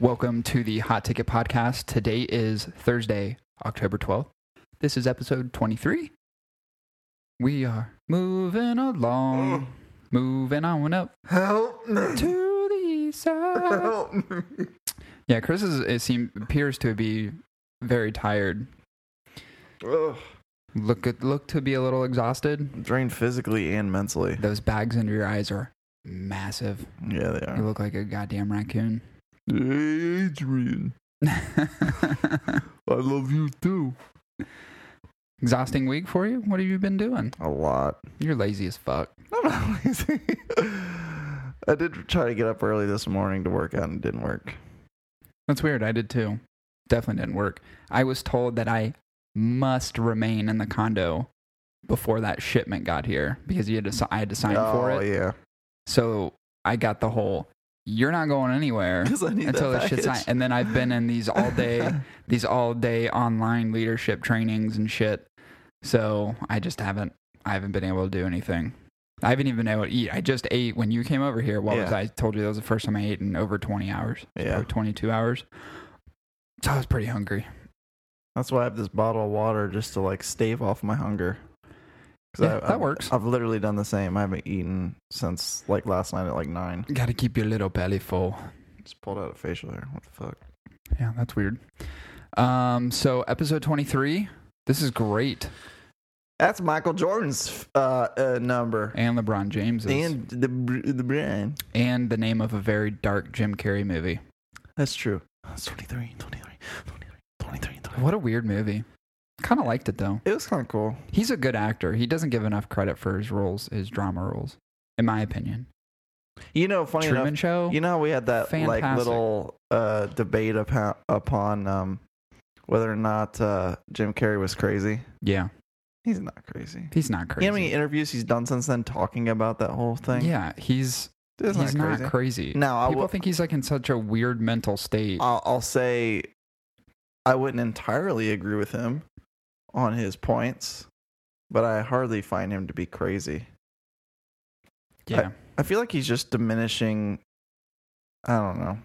Welcome to the Hot Ticket Podcast. Today is Thursday, October 12th. This is episode 23. We are moving along, moving on up Help me. to the east side. Help me. Yeah, Chris is, it seem, appears to be very tired. Ugh. Look, at- look to be a little exhausted. I'm drained physically and mentally. Those bags under your eyes are massive. Yeah, they You are. look like a goddamn raccoon. Adrian, I love you too. Exhausting week for you? What have you been doing? A lot. You're lazy as fuck. I'm not lazy. I did try to get up early this morning to work out and it didn't work. That's weird. I did too. Definitely didn't work. I was told that I must remain in the condo before that shipment got here because you had to, si- I had to sign oh, for it. yeah. So I got the whole "you're not going anywhere Because I need until that this shit's signed." package. And then I've been in these all day, these all day online leadership trainings and shit. So I just haven't, I haven't been able to do anything. I haven't even been able to eat. I just ate when you came over here. What was Yeah. I told you that was the first time I ate in over twenty hours? Yeah. or twenty two hours. So I was pretty hungry. That's why I have this bottle of water just to like stave off my hunger. 'Cause Yeah, that I've- works. I've literally done the same. I haven't eaten since like last night at like nine. Got to keep your little belly full. Just pulled out a facial hair. What the fuck? Yeah, that's weird. Um, so episode twenty three. This is great. That's Michael Jordan's uh, uh, number. And LeBron James And the br- the brand. and the name of a very dark Jim Carrey movie. That's true. That's 23, 23, 23, 23, 23. What a weird movie. Kind of liked it though. It was kind of cool. He's a good actor. He doesn't give enough credit for his roles, his drama roles, in my opinion. You know, funny Truman enough, Show. you know how we had that like Fantastic. little uh, debate upon, upon um, whether or not uh, Jim Carrey was crazy. yeah, He's not crazy. he's not crazy. You know how many interviews he's done since then talking about that whole thing? yeah, he's That's he's not crazy. No, I People will, Uh, think he's like in such a weird mental state. I'll, I'll say I wouldn't entirely agree with him on his points, but I hardly find him to be crazy. yeah, I feel like he's just diminishing. I don't know.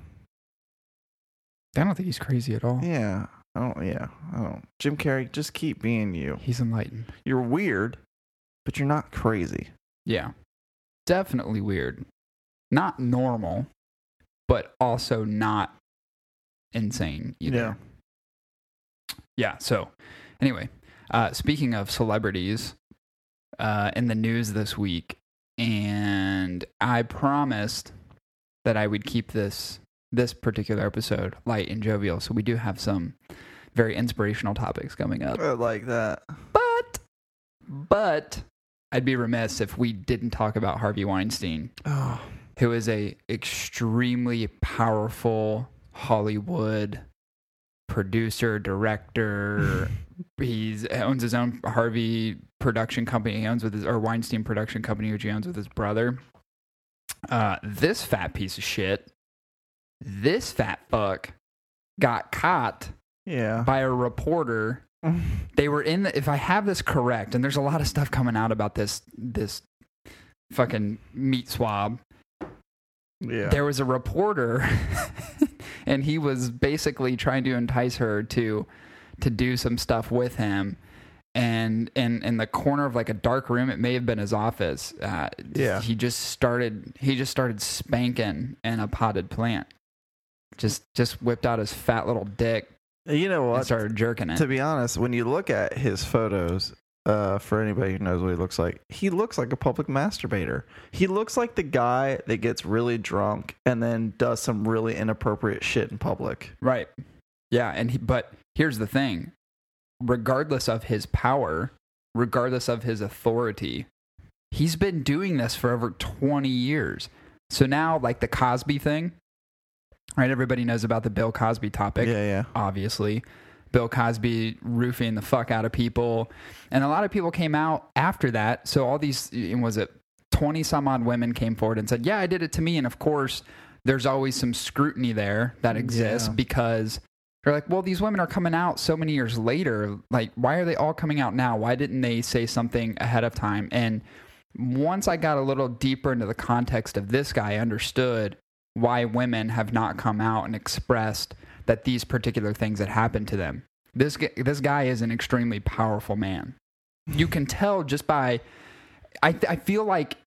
I, don't think he's crazy at all. Yeah. I don't. Yeah. I don't. Jim Carrey, just keep being you. He's enlightened. You're weird, but you're not crazy. Yeah, definitely weird. Not normal, but also not insane either. yeah so anyway uh, speaking of celebrities uh, in the news this week and i promised that i would keep this this particular episode light and jovial so we do have some very inspirational topics coming up I like that. but but i'd be remiss if we didn't talk about harvey weinstein Oh, who is a extremely powerful Hollywood producer, director. He's owns his own Harvey production company. He owns with his or Weinstein production company, which he owns with his brother. Uh, this fat piece of shit, this fat fuck, got caught yeah. by a reporter they were in the, if i have this correct and there's a lot of stuff coming out about this this fucking meat swab yeah. there was a reporter and he was basically trying to entice her to to do some stuff with him and in in the corner of like a dark room it may have been his office uh, Yeah. he just started he just started spanking in a potted plant just just whipped out his fat little dick You know and what? started jerking it To be honest, when you look at his photos, uh, for anybody who knows what he looks like, he looks like a public masturbator. He looks like the guy that gets really drunk and then does some really inappropriate shit in public. right yeah and he, but here's the thing regardless of his power regardless of his authority he's been doing this for over 20 years. So now, like the Cosby thing, right? Everybody knows about the Bill Cosby topic, yeah, yeah. obviously. Bill Cosby roofing the fuck out of people. And a lot of people came out after that. So all these, eh, was it 20 some odd women came forward and said, Yeah, I did it to me. And of course, there's always some scrutiny there that exists Yeah. because they're like, Well, these women are coming out so many years later. Like, why are they all coming out now? Why didn't they say something ahead of time? And once I got a little deeper into the context of this guy, I understood why women have not come out and expressed that these particular things had happened to them. This gu- this guy is an extremely powerful man. You can tell just by I I feel like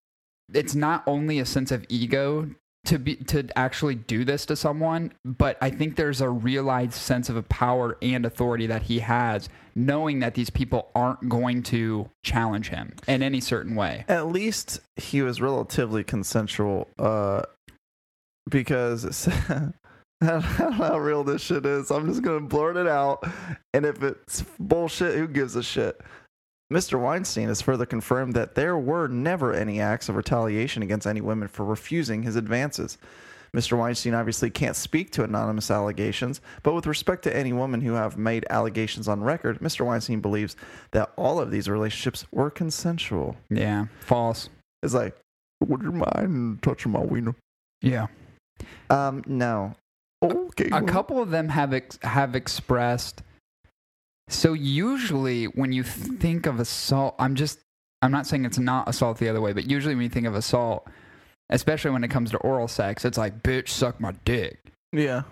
it's not only a sense of ego to be to actually do this to someone, but I think there's a realized sense of a power and authority that he has, knowing that these people aren't going to challenge him in any certain way. At least he was relatively consensual, uh, because it's- I don't know how real this shit is. I'm just gonna blurt it out, and if it's bullshit, who gives a shit? Mr. Weinstein has further confirmed that there were never any acts of retaliation against any women for refusing his advances. Mr. Weinstein obviously can't speak to anonymous allegations, but with respect to any women who have made allegations on record, Mr. Weinstein believes that all of these relationships were consensual. Yeah, false. It's like, would you mind touching my wiener? Yeah, Um, no. Okay. a well, couple of them have ex- have expressed. So usually, when you think of assault, I'm just I'm not saying it's not assault the other way, but usually when you think of assault, especially when it comes to oral sex, it's like bitch, suck my dick. Yeah.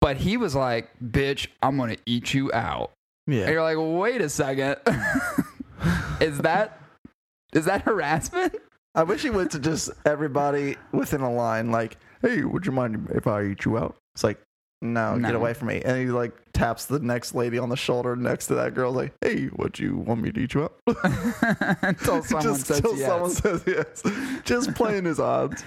But he was like, bitch, I'm gonna eat you out. And Yeah. you're like, wait a second. is that is that harassment? I wish he went to just everybody within a line, like, hey, would you mind if I eat you out? It's like, no, get No. away from me. And he like taps the next lady on the shoulder next to that girl, like, hey, would you want me to eat you out? until someone just says till yes. someone says yes. Just playing his odds.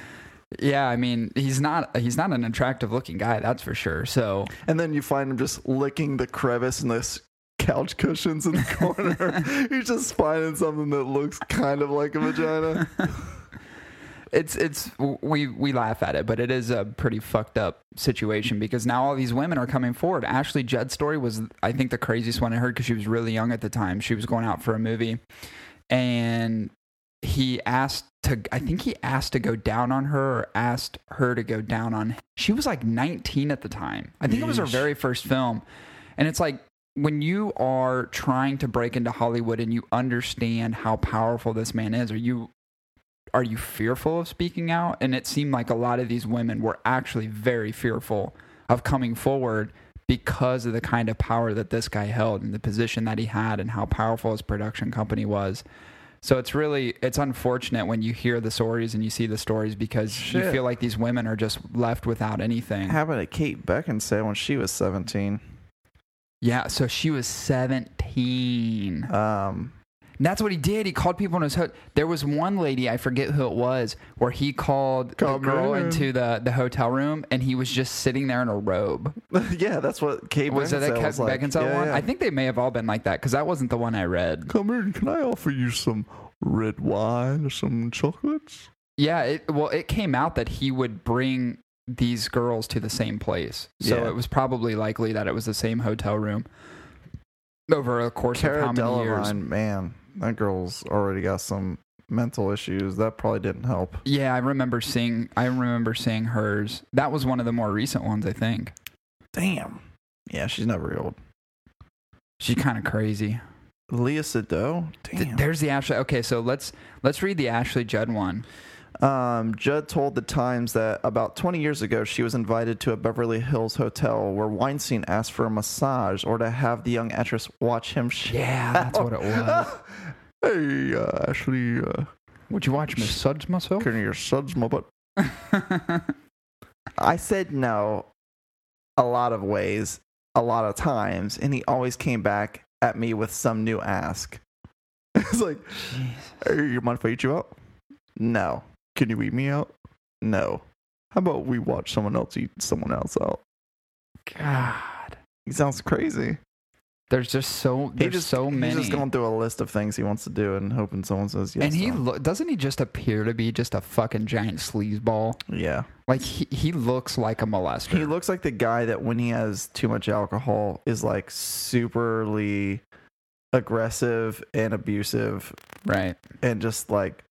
Yeah, I mean, he's not he's not an attractive looking guy, that's for sure. So And then you find him just licking the crevice in this couch cushions in the corner. He's just finding something that looks kind of like a vagina. it's it's we we laugh at it, but it is a pretty fucked up situation because now all these women are coming forward. Ashley Judd's story was I think the craziest one I heard because she was really young at the time. She was going out for a movie, and he asked to I think he asked to go down on her or asked her to go down on. She was like 19 at the time. I think it was her Yeesh. very first film, and it's like. When you are trying to break into Hollywood and you understand how powerful this man is, or you are you fearful of speaking out? And it seemed like a lot of these women were actually very fearful of coming forward because of the kind of power that this guy held and the position that he had and how powerful his production company was. So it's really it's unfortunate when you hear the stories and you see the stories because you Shit. feel like these women are just left without anything. Happened to Kate Beckinsale when she was 17. yeah, so she was 17. Um, And that's what he did. He called people in his hotel. There was one lady, I forget who it was, where he called the Come girl in. into the, the hotel room and he was just sitting there in a robe. yeah, that's what Kate Was Beckinsale it a Kevin was like. Beckinsale yeah, one? yeah. I think they may have all been like that because that wasn't the one I read. Come here, can I offer you some red wine or some chocolates? Yeah, it, well, it came out that he would bring these girls to the same place. So Yeah. it was probably likely that it was the same hotel room over a course Cara of how many years. Delevingne, man, that girl's already got some mental issues. That probably didn't help. Yeah, I remember seeing. I remember seeing hers. That was one of the more recent ones, I think. Damn. Yeah, she's not very old. She's kind of crazy. Leah Sado? Th- Damn. there's the Ashley. Okay, so let's let's read the Ashley Judd one. Um, Judd told the Times that about 20 years ago, she was invited to a Beverly Hills hotel where Weinstein asked for a massage or to have the young actress watch him. Sh- Yeah, that's what it was. Hey, uh, Ashley, uh, Would you watch Miss Suds myself? can your suds my butt? I said no a lot of ways, a lot of times, and he always came back at me with some new ask. it's like, hey, you mind if I eat you out? No. Can you eat me out? No. How about we watch someone else eat someone else out? God, He sounds crazy. there's just so He there's so many. He's just going through a list of things he wants to do and hoping someone says yes. and he to him. lo- doesn't he just appear to be just a fucking giant sleazeball? yeah, Like he, he looks like a molester. he looks like the guy that when he has too much alcohol is like superly aggressive and abusive right. and just like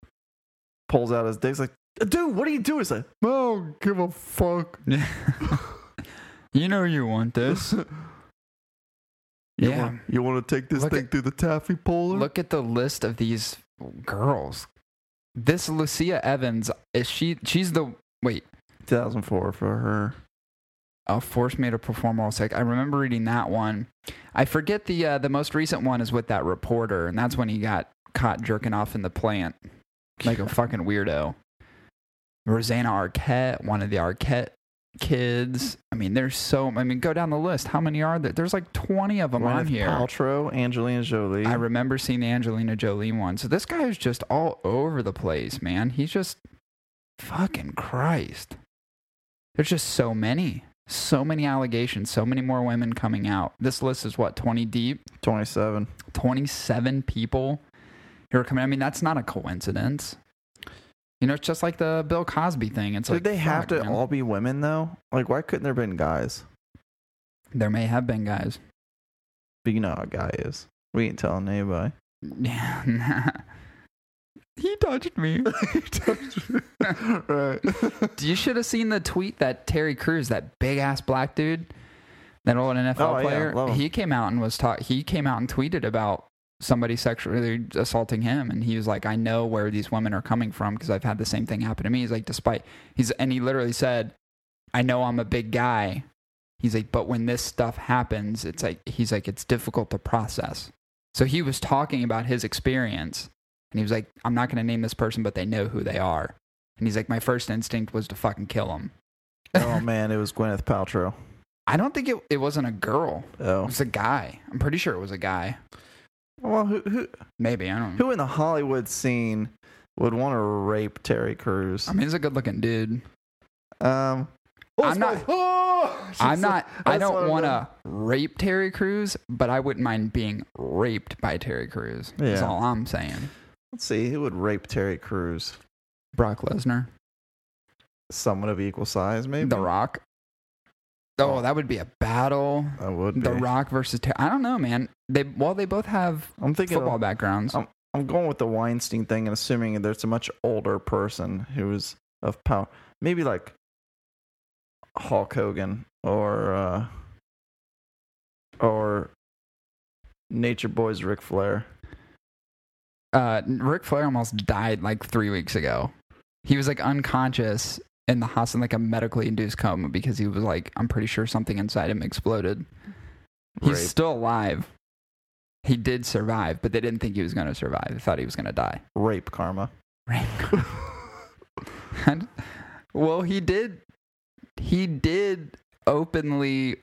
pulls out his dick. He's like, dude, what do you do? He's like, I don't give a fuck. you know you want this. You Yeah. want, you want to take this Look thing at- through the taffy puller? Look at the list of these girls. This Lucia Evans is she? She's the wait. 2004 for her. uh, forced me to perform oral sex. I remember reading that one. I forget the uh, the most recent one is with that reporter, and that's when he got caught jerking off in the plant like a fucking weirdo. Rosanna Arquette, one of the Arquette kids. I mean, there's so. I mean, go down the list. How many are there? There's like 20 of them on Gwyneth here. Paltrow, Angelina Jolie. I remember seeing the Angelina Jolie one. So this guy is just all over the place, man. He's just fucking Christ. There's just so many, so many allegations, so many more women coming out. This list is what, 20 deep? 27. 27 people who are coming. I mean, that's not a coincidence. You know, it's just like the Bill Cosby thing. It's Did like they have fuck, to man. all be women though? Like, why couldn't there have been guys? There may have been guys. But you know how a guy is. We ain't telling anybody. Yeah. he touched me. right. You should have seen the tweet that Terry Crews, that big ass black dude, that old Oh, NFL yeah, player, love him. he came out and was taught. He came out and tweeted about somebody sexually assaulting him, and he was like, "I know where these women are coming from because I've had the same thing happen to me." He's like, "Despite he's," and he literally said, "I know I'm a big guy." He's like, "But when this stuff happens, it's like he's like it's difficult to process." So he was talking about his experience, and he was like, "I'm not going to name this person, but they know who they are." And he's like, my first instinct was to fucking kill him. oh man, it was Gwyneth Paltrow. I don't think it, it wasn't a girl. It Oh. was a guy. I'm pretty sure it was a guy. Well, who who Maybe. I don't know. who in the Hollywood scene would want to rape Terry Crews? I mean, he's a good looking dude. Um, I'm not- Oh, I'm not, I that's what don't I'm want to rape Terry Crews, but I wouldn't mind being raped by Terry Crews. That's Yeah. all I'm saying. Let's see who would rape Terry Crews. Brock Lesnar, Someone of equal size, maybe. The Rock. Oh, that would be a battle. I would. The be. Rock versus Terry. I don't know, man. They well, they both have I'm thinking. football of- backgrounds. um, I'm going with the Weinstein thing and assuming there's a much older person who's of power. Maybe like Hulk Hogan or uh, or Nature Boy's Ric Flair. uh, Ric Flair almost died like three weeks ago. He was like unconscious in the hospital, like a medically induced coma, because he was like, I'm pretty sure something inside him exploded. He's Rape. still alive. He did survive, but they didn't think he was going to survive. They thought he was going to die. Rape karma. Right. And- well, he did. He did openly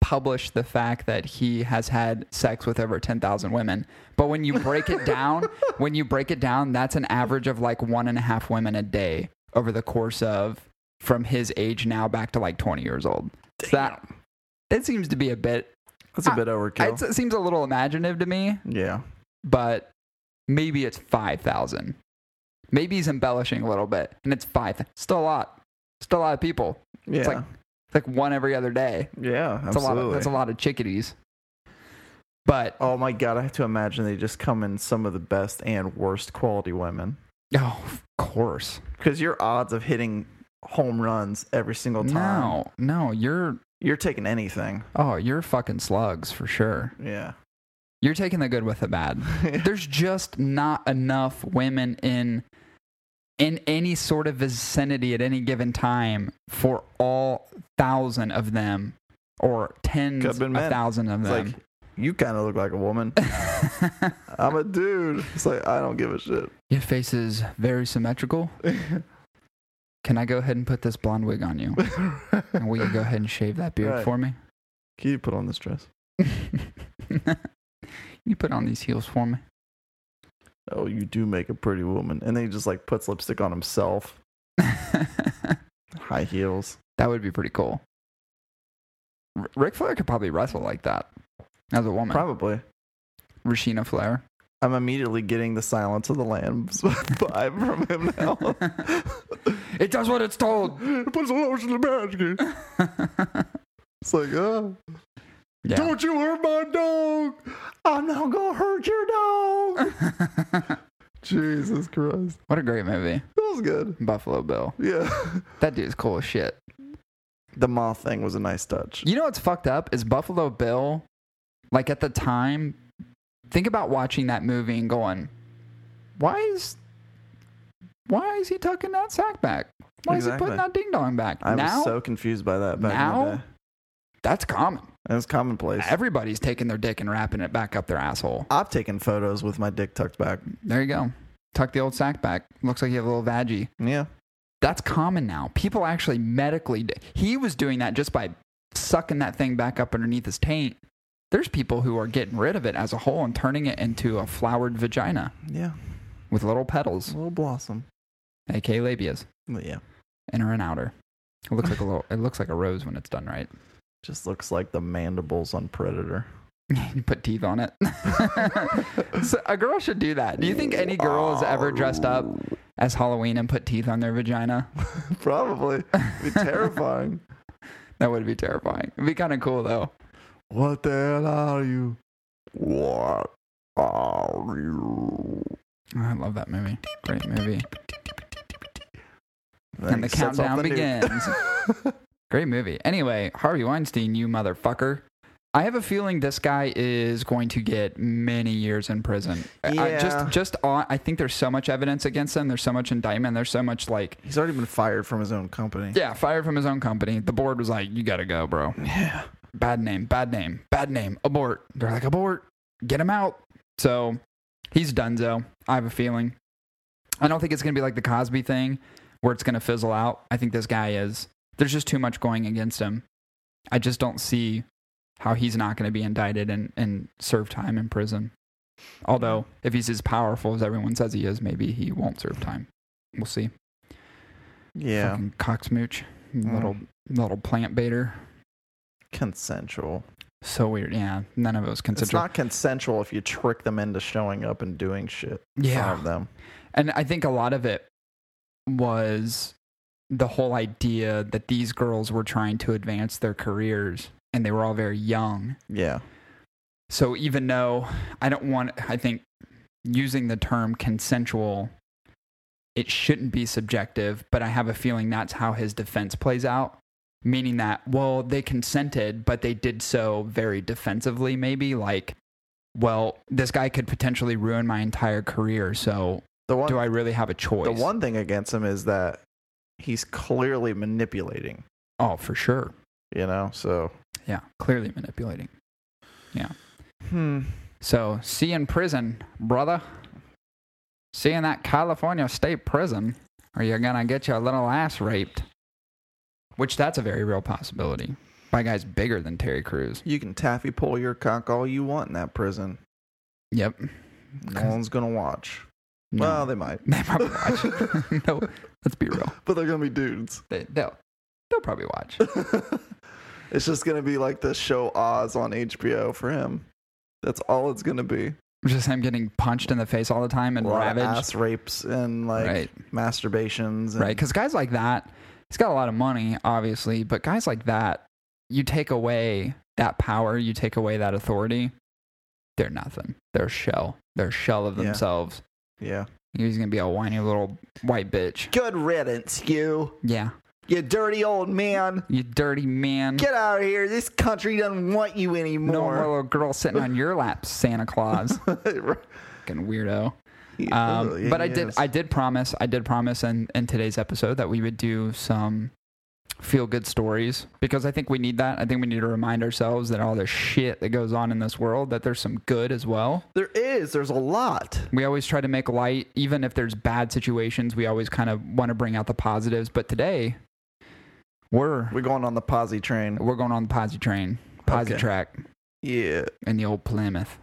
publish the fact that he has had sex with over 10,000 women. But when you break it down, when you break it down, that's an average of like one and a half women a day over the course of from his age now back to like 20 years old. So that that seems to be a bit. That's a I- bit overkill. Ah, it's- It seems a little imaginative to me, yeah. but maybe it's 5,000. Maybe he's embellishing a little bit, and it's five. Still a lot. Still a lot of people. Yeah. like- It's like one every other day. yeah. That's a lot. absolutely. Of, that's a lot of chickadees. But Oh my god, I have to imagine they just come in some of the best and worst quality women. oh, of course. Because your odds of hitting home runs every single time, No, no, you're you're taking anything. oh, you're fucking slugs for sure. Yeah. You're taking the good with the bad. There's just not enough women in in any sort of vicinity at any given time for all thousand of them or tens Could've of been men. thousand of it's like them. you kind of look like a woman. I'm a dude. It's like I don't give a shit. Your face is very symmetrical. Can I go ahead and put this blonde wig on you? And will you go ahead and shave that beard Right. for me? Can you put on this dress? you put on these heels for me. Oh, you do make a pretty woman. And then he just like puts lipstick on himself, that high heels. would be pretty cool. R- Ric Flair could probably wrestle like that as a woman. Probably. Rashina Flair. I'm immediately getting the Silence of the Lambs vibe from him now. It does what it's told. Puts a lotion in the basket. It's like, oh, yeah. don't you hurt my dog. I'm not going to hurt your dog. Jesus Christ. what a great movie. It was good. Buffalo Bill. Yeah. That dude's cool as shit. The moth thing was a nice touch. You know what's fucked up is Buffalo Bill. Like at the time, think about watching that movie and going, "Why is, why is he tucking that sack back? Why is he Exactly. putting that ding dong back? I now was so confused by that back in now? the day. that's common. It was commonplace. Everybody's taking their dick and wrapping it back up their asshole. I've taken photos with my dick tucked back. There you go. Tuck the old sack back. Looks like you have a little vaggie. Yeah. That's common now. People actually medically. d- He was doing that just by sucking that thing back up underneath his taint. There's people who are getting rid of it as a whole and turning it into a flowered vagina Yeah. with little A petals, little blossom. aka labias, But yeah. inner and outer. It looks like a little. It looks like a rose when it's done right. Just looks like the mandibles on Predator. you put teeth on it. so a girl should do that. Do you think any girl has ever dressed up as Halloween and put teeth on their vagina? Probably. It'd be terrifying. That would be terrifying. It'd be kind of cool though. What the hell are you? What are you? I love that movie. Great movie. And the Thanks, that's off countdown the nuke. begins. Great movie. Anyway, Harvey Weinstein, you motherfucker. I have a feeling this guy is going to get many years in prison. I- I, Yeah. just, just on. I think there's so much evidence against him. There's so much indictment. There's so much like, He's already been fired from his own company. yeah, fired from his own company. The board was like, you gotta go, bro. Yeah. bad name, bad name, bad name, abort. They're like, abort, get him out. So he's donezo. I have a feeling. I don't think it's going to be like the Cosby thing where it's going to fizzle out. I think this guy is, there's just too much going against him. I just don't see how he's not going to be indicted and, and serve time in prison. Although, if he's as powerful as everyone says he is, maybe he won't serve time. We'll see. Yeah. Mm. Fucking cocksmooch, little little plant baiter. Consensual. So weird. Yeah, none of it was It's consensual. not consensual if you trick them into showing up and doing shit in yeah, front of them. And I think a lot of it was the whole idea that these girls were trying to advance their careers and they were all very young. Yeah. So even though I don't want, I think using the term consensual, it shouldn't be subjective, but I have a feeling that's how his defense plays out. Meaning that, well, they consented, but they did so very defensively, maybe like, well, this guy could potentially ruin my entire career. So The one do I really have a choice? the one thing against him is that he's clearly manipulating, Oh, for sure. you know? So Yeah, clearly manipulating. hmm. So, see in prison, brother. See in that California state prison, or you're going to get your little ass raped. Which, that's a very real possibility by guys bigger than Terry Crews. You can taffy pull your cock all you want in that prison. Yep. No one's gonna watch. Well, they might. they probably watch. no, let's be real. But they're gonna be dudes. They, they'll, they'll probably watch. it's just gonna be like the show Oz on HBO for him. That's all it's gonna be. Just him getting punched in the face all the time and A lot of ravaged. ass rapes and like Right. masturbations. And, right? Because guys like that, he's got a lot of money, obviously, but guys like that, you take away that power, you take away that authority, they're nothing. They're a shell. They're a shell of Yeah. themselves. Yeah. He's gonna be a whiny little white bitch. Good riddance, you. Yeah, You dirty old man. you dirty man. Get out of here. This country doesn't want you no more anymore. little girl sitting on your lap, Santa Claus. Fucking weirdo. Um, but I did, I did promise, I did promise in, in today's episode that we would do some feel good stories because I think we need that. I think we need to remind ourselves that all the shit that goes on in this world, that there's some good as well. there is. There's a lot. We always try to make light, even if there's bad situations, we always kind of want to bring out the positives. But today, we're, We're going on the posse train. we're going on the posi train, posi Okay. track Yeah. in the old Plymouth.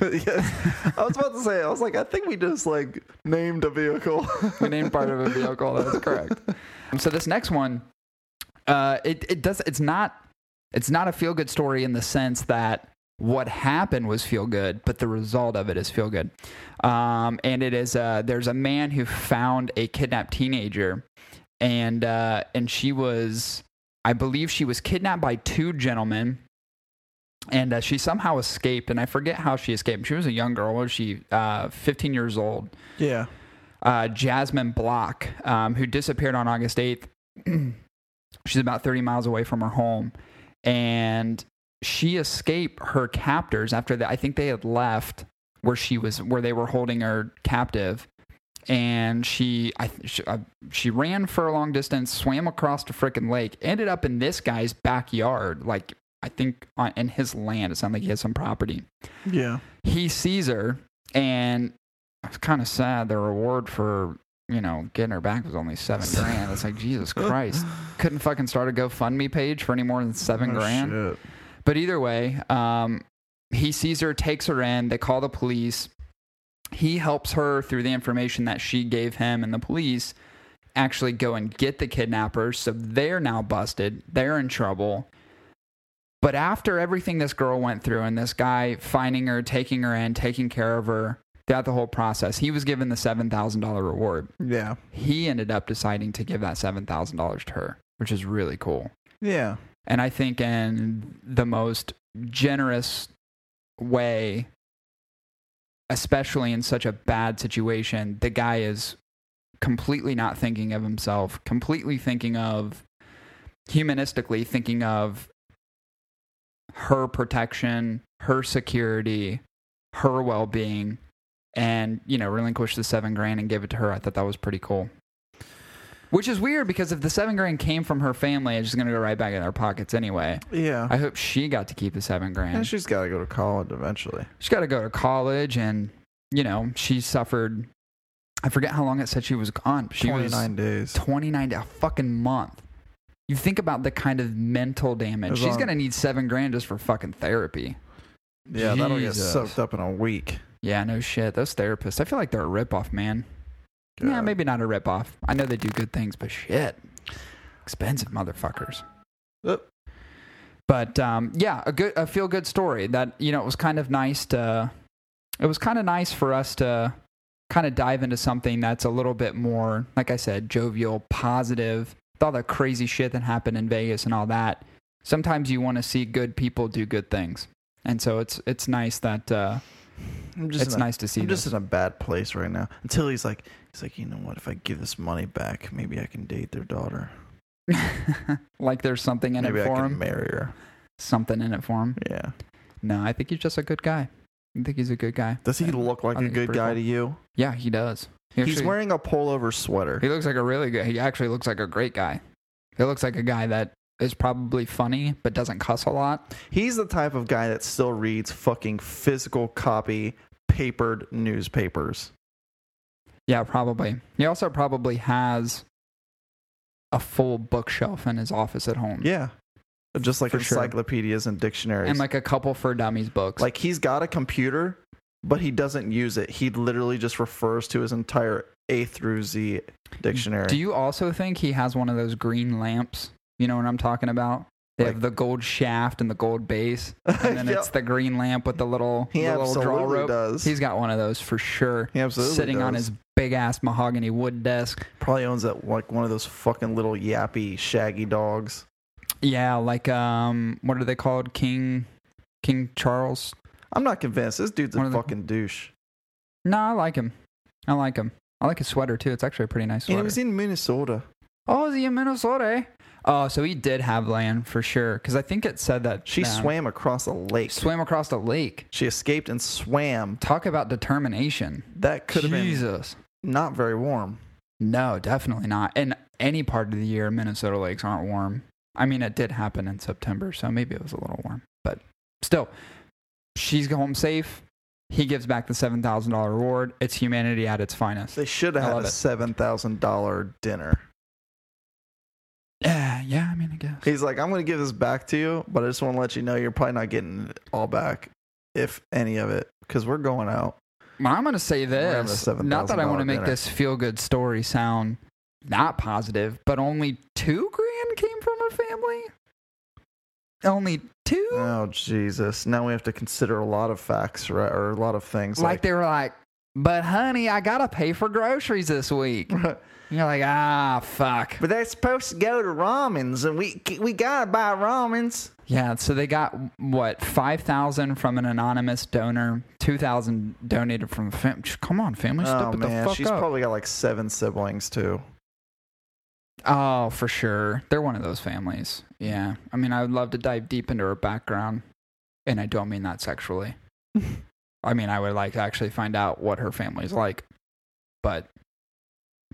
yes. I was about to say, I was like, I think we just like named a vehicle. we named part of a vehicle. That's correct. Um, So this next one, uh, it it does it's not it's not a feel good story in the sense that what happened was feel good, but the result of it is feel good. Um, and it is uh, there's a man who found a kidnapped teenager, and uh, and she was I believe she was kidnapped by two gentlemen. And uh, she somehow escaped, and I forget how she escaped. She was a young girl. Was she uh, 15 years old? Yeah. uh, Jasmine Block, um, who disappeared on August 8th. She's about 30 miles away from her home. And she escaped her captors after that. I think they had left where she was, where they were holding her captive. and she I, th- she, I, she ran for a long distance, swam across the frickin' lake, ended up in this guy's backyard, like I think on, in his land. It sounded like he has some property. Yeah. He sees her, and it's kind of sad. The reward for you know getting her back was only seven grand. It's like Jesus Christ, couldn't fucking start a GoFundMe page for any more than seven Oh, grand. shit. But either way, um, he sees her, takes her in. They call the police. He helps her through the information that she gave him and the police actually go and get the kidnappers. So they're now busted. They're in trouble. But after everything this girl went through and this guy finding her, taking her in, taking care of her throughout the whole process, he was given the $7,000 reward. Yeah. He ended up deciding to give that $7,000 to her, which is really cool Yeah. and I think in the most generous way, especially in such a bad situation, the guy is completely not thinking of himself, completely thinking of humanistically thinking of her protection, her security, her well being, and you know, relinquish the seven grand and give it to her. I thought that was pretty cool. Which is weird because if the seven grand came from her family, it's just gonna go right back in their pockets anyway. Yeah. I hope she got to keep the seven grand. and she's got to go to college eventually. she's got to go to college, and you know she suffered. I forget how long it said she was gone. but She Twenty was nine days. 29 to a fucking month. You think about the kind of mental damage. As She's long- going to need seven grand just for fucking therapy. Yeah, that'll get Jesus. soaked up in a week. Yeah, no shit. Those therapists, I feel like they're a ripoff, man. Yeah, God. maybe not a ripoff. I know they do good things, but shit. Expensive motherfuckers. Yep. But um, yeah, a good, a feel good story that, you know, it was kind of nice to, it was kind of nice for us to kind of dive into something that's a little bit more, like I said, jovial, positive, with all that crazy shit that happened in Vegas and all that. Sometimes you want to see good people do good things. And so it's, it's nice that, uh, I'm just it's in a- nice to see I'm just this. in a bad place right now. Until he's like, he's like, you know what? If I give this money back, maybe I can date their daughter. like there's something in maybe it for I can him. marry her. something in it for him. Yeah. No, I think he's just a good guy. I think he's a good guy. Does he And look like I a think he's good pretty guy cool. to you? Yeah, he does. He He's actually- wearing a pullover sweater. He looks like a really good. He actually looks like a great guy. He looks like a guy that is probably funny but doesn't cuss a lot. He's the type of guy that still reads fucking physical copy papered newspapers. Yeah, probably. He also probably has a full bookshelf in his office at home. Yeah. Just like For sure. encyclopedias and dictionaries. And like a couple for dummies books. like he's got a computer, but he doesn't use it. He literally just refers to his entire A through Z dictionary. Do you also think he has one of those green lamps? You know what I'm talking about? They have Like- the gold shaft and the gold base, and then Yep. it's the green lamp with the little, he the little draw absolutely rope. does. He's got one of those for sure. he absolutely sitting on does. his big ass mahogany wood desk. probably owns that like one of those fucking little yappy shaggy dogs. Yeah, like um, what are they called? King, King Charles. I'm not convinced. This dude's One a of the- fucking douche. No, I like him. I like him. I like his sweater too. It's actually a pretty nice And he sweater. was in Minnesota. oh, is he in Minnesota? Oh, so he did have land for sure. Because I think it said that She um, swam across a lake. swam across the lake. she escaped and swam. Talk about determination. That could have been Jesus. not very warm. No, definitely not. And any part of the year, Minnesota lakes aren't warm. I mean, it did happen in September, so maybe it was a little warm, but still, she's home safe. He gives back the seven thousand dollar reward. It's humanity at its finest. They should I have had love a it. seven thousand dollar dinner. Yeah, yeah. I mean, I guess. He's like, I'm going to give this back to you, but I just want to let you know you're probably not getting it all back, if any of it, because we're going out. Well, I'm gonna say having a this. Not that I want to $7,000 make dinner. this feel good story sound not positive, but only two grand came from her family. Only two. Oh Jesus! Now we have to consider a lot of facts, right, or a lot of things. like they were like, but honey, I gotta pay for groceries this week. but And you're like, ah, fuck. they're supposed to go to ramens, and we we gotta buy ramens. Yeah, so they got what five thousand from an anonymous donor, two thousand donated from fam- come on, family, step Oh it man, the fuck she's up. probably got like seven siblings too. oh, for sure, they're one of those families. Yeah, I mean, I would love to dive deep into her background, and I don't mean that sexually. I mean, I would like to actually find out what her family's like, but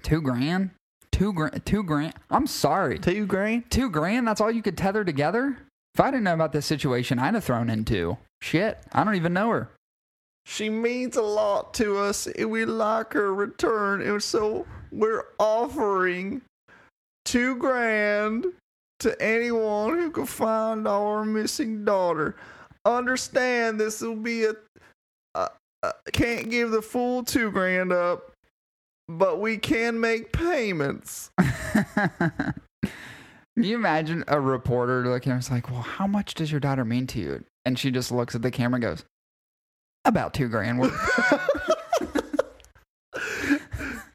Two grand? Two grand? Two grand? I'm sorry. Two grand? Two grand? That's all you could tether together? If I didn't know about this situation, I'd have thrown in two. Shit. I don't even know her. She means a lot to us, and we like her return. And so we're offering two grand to anyone who can find our missing daughter. Understand this will be a. Uh, uh, can't give the full two grand up, but we can make payments. Can you imagine a reporter looking and it's like, well, how much does your daughter mean to you? And she just looks at the camera and goes, about two grand worth.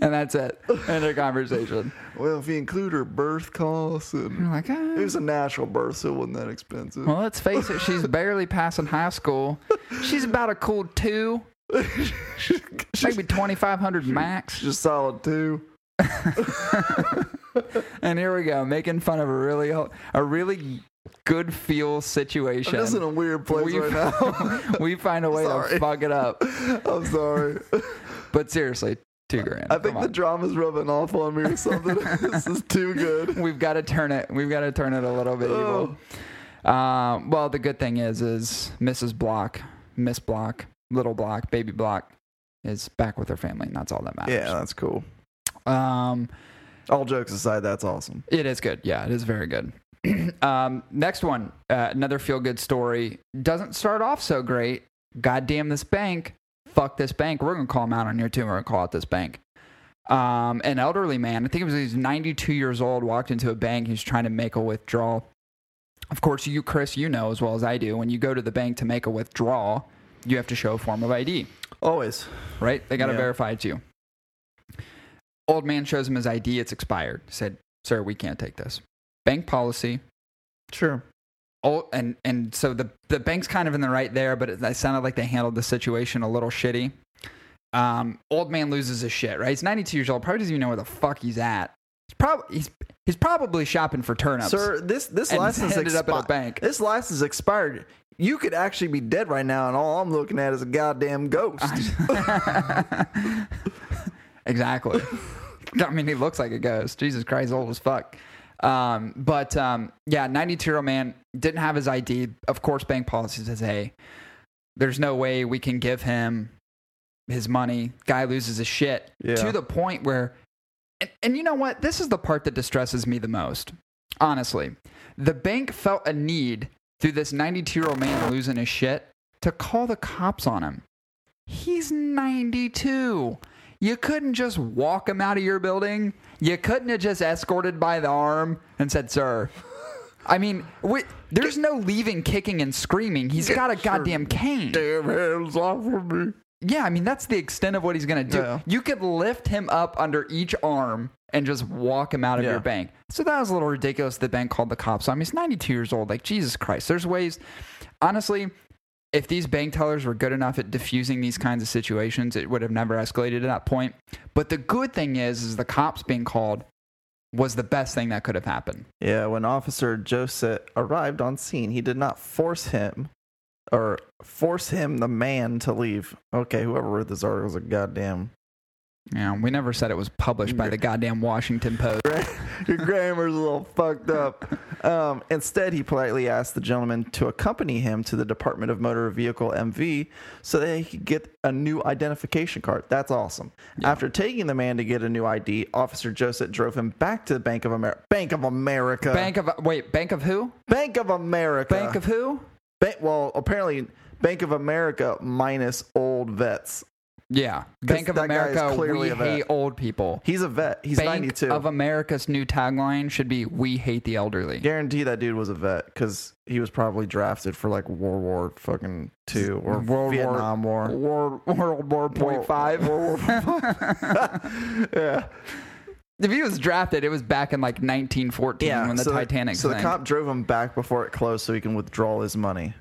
and that's it. End of conversation. well, if you include her birth costs, And and you're like, it ah. was a natural birth, so it wasn't that expensive. well, let's face it, she's barely passing high school. She's about a cool two, she's, she's maybe 2,500 max. just solid two. And here we go, making fun of a really, a really good feel situation. I'm just in a weird place we, right now. we find a way to Sorry. fuck it up. I'm sorry. But seriously, two grand. I think Come the on. drama's rubbing off on me or something. this is too good. we've got to turn it. We've got to turn it a little bit Oh. evil. Um, well, the good thing is, is Mrs. Block, Miss Block, Little Block, Baby Block is back with her family, and that's all that Yeah, matters. that's cool. Yeah. Um, All jokes aside, that's awesome. It is good. Yeah, it is very good. um, next one, uh, another feel good story. Doesn't start off so great. Goddamn this bank. Fuck this bank. We're going to call him out on here too. We're going to call out this bank. Um, an elderly man, I think it was he's 92 years old, walked into a bank. He's trying to make a withdrawal. Of course, you, Chris, you know as well as I do, when you go to the bank to make a withdrawal, you have to show a form of ID Always. right? They got to Yeah. verify it's you. Old man shows him his ID. It's expired. Said, "Sir, we can't take this. Bank policy." Sure. Oh, and and so the the bank's kind of in the right there, but it, it sounded like they handled the situation a little shitty. Um, old man loses his shit. Right? He's 92 years old. Probably doesn't even know where the fuck he's at. He's probably he's he's probably shopping for turnips. Sir, this this and license ended up at a expi- bank. This license expired. You could actually be dead right now, and all I'm looking at is a goddamn ghost. exactly. I mean, he looks like a ghost. Jesus Christ, old as fuck. Um, but um, yeah, 92 year old man didn't have his ID. Of course, bank policy says, hey, there's no way we can give him his money. Guy loses his shit Yeah. to the point where, and, and you know what? This is the part that distresses me the most. Honestly, the bank felt a need through this 92 year old man losing his shit to call the cops on him. He's 92. You couldn't just walk him out of your building. You couldn't have just escorted by the arm and said, "Sir." I mean, we, there's no leaving, kicking, and screaming. He's got a goddamn cane. Damn hands off of me. Yeah, I mean that's the extent of what he's gonna do. Yeah. You could lift him up under each arm and just walk him out of Yeah. your bank. So that was a little ridiculous. The bank called the cops. I mean, he's 92 years old. Like Jesus Christ. There's ways. Honestly, if these bank tellers were good enough at diffusing these kinds of situations, it would have never escalated to that point. But the good thing is, is the cops being called was the best thing that could have happened. Yeah, when Officer Joseph arrived on scene, he did not force him or force him, the man, to leave. Okay, whoever wrote this article is a goddamn. Yeah, we never said it was published by the goddamn Washington Post. Your grammar's a little fucked up. Um, instead, he politely asked the gentleman to accompany him to the Department of Motor Vehicle MV so that he could get a new identification card. That's awesome. After taking the man to get a new ID, Officer Joseph drove him back to the Bank of America. Bank of America. Bank of wait, Bank of who? Bank of America. Bank of who? Ba- well, apparently Bank of America minus old vets. Yeah, Bank of that guy is America. We clearly a vet. hate old people. He's a vet. He's Bank 92. of America's new tagline should be "We hate the elderly." Guarantee that dude was a vet because he was probably drafted for like World War fucking two or World War- Vietnam War. World, World War point five. World War- yeah. If he was drafted, it was back in like 1914 Yeah. when the so Titanic So the sank. cop drove him back before it closed so he can withdraw his money.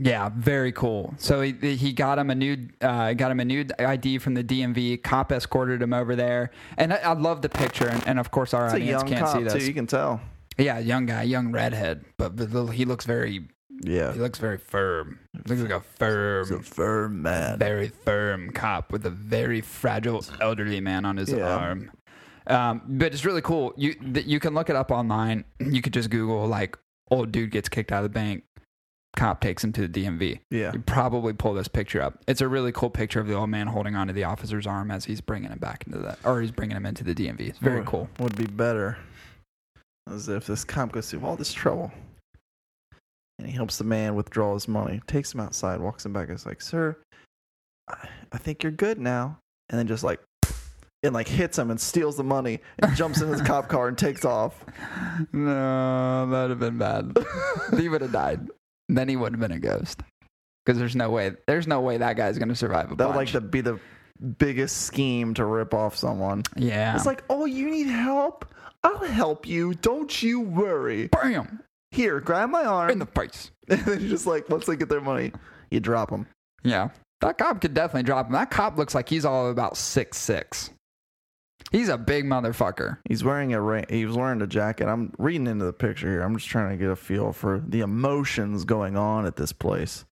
Yeah, very cool. So he he got him a new uh, got him a new ID from the DMV. Cop escorted him over there, and I, I love the picture. And, and of course, our It's a audience young can't see cop this. too. You can tell. Yeah, young guy, young redhead, but the, the, he looks very Yeah. He looks very firm. Looks like a firm, He's a firm man. very firm cop with a very fragile elderly man on his Yeah. arm. Um, but it's really cool. You th- you can look it up online. You could just Google like old dude gets kicked out of the bank, cop takes him to the DMV. Yeah. You probably pull this picture up. It's a really cool picture of the old man holding onto the officer's arm as he's bringing him back into the or he's bringing him into the DMV. It's very Or cool. Would be better as if this cop goes through all this trouble. And he helps the man withdraw his money, takes him outside, walks him back, and is like, Sir, I, I think you're good now. And then just like, and like hits him and steals the money and jumps in his cop car and takes off. No, that'd have been bad. he would have died. Then he would have been a ghost. Because there's no way, there's no way that guy's gonna survive a That would bunch. like to be the biggest scheme to rip off someone. yeah, It's like, oh, you need help? I'll help you. Don't you worry. bam Here, grab my arm. in the face. and then you just like, once they get their money, you drop them. Yeah, that cop could definitely drop him. That cop looks like he's all about six six. He's a big motherfucker. He's wearing a ra- he was wearing a jacket. I'm reading into the picture here. I'm just trying to get a feel for the emotions going on at this place.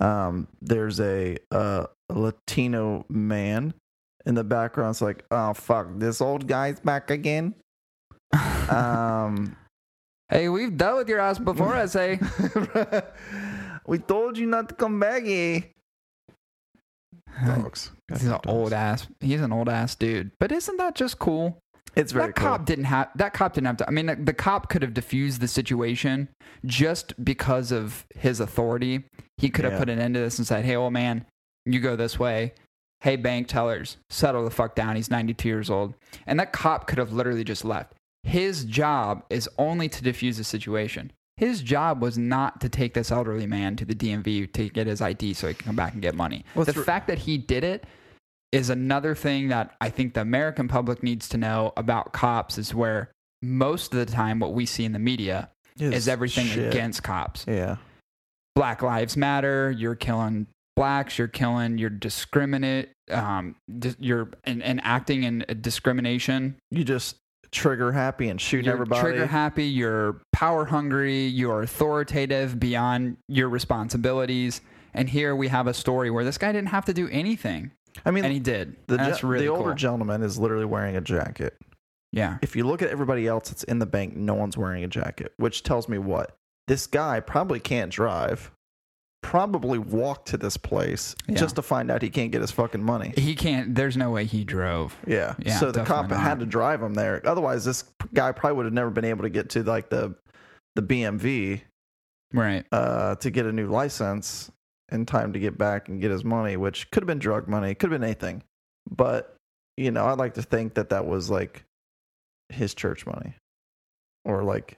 Um, there's a uh, Latino man in the background. It's like, oh fuck, this old guy's back again. Um, Hey, we've dealt with your ass before, I say. we told you not to come back eh? Dogs. He's an old ass. He's an old ass dude. But isn't that just cool? It's very that cop didn't have that cop didn't have to. I mean, the, the cop could have diffused the situation just because of his authority. He could Yeah. have put an end to this and said, "Hey, old man, you go this way. Hey, bank tellers, settle the fuck down. He's 92 years old." And that cop could have literally just left. His job is only to diffuse the situation. His job was not to take this elderly man to the DMV to get his ID so he can come back and get money. Well, the it's re- fact that he did it is another thing that I think the American public needs to know about cops is where most of the time what we see in the media cool. is everything Shit. against cops. Yeah. Black Lives Matter, you're killing blacks, you're killing, you're discriminate, um, dis- you're and, and acting in discrimination. You just trigger happy and shoot You're everybody. trigger happy, you're power hungry, you're authoritative beyond your responsibilities. And here we have a story where this guy didn't have to do anything, I mean, and he did. The, And that's gen- really the older cool. gentleman is literally wearing a jacket. yeah. If you look at everybody else that's in the bank, no one's wearing a jacket, which tells me what? This guy probably can't drive, probably walked to this place Yeah. just to find out he can't get his fucking money. He can't. There's no way he drove. Yeah. Yeah, so the cop definitely had not. to drive him there. Otherwise, this guy probably would have never been able to get to like the the BMV Right. uh, to get a new license in time to get back and get his money, which could have been drug money, could have been anything. But you know, I'd like to think that that was like his church money, or like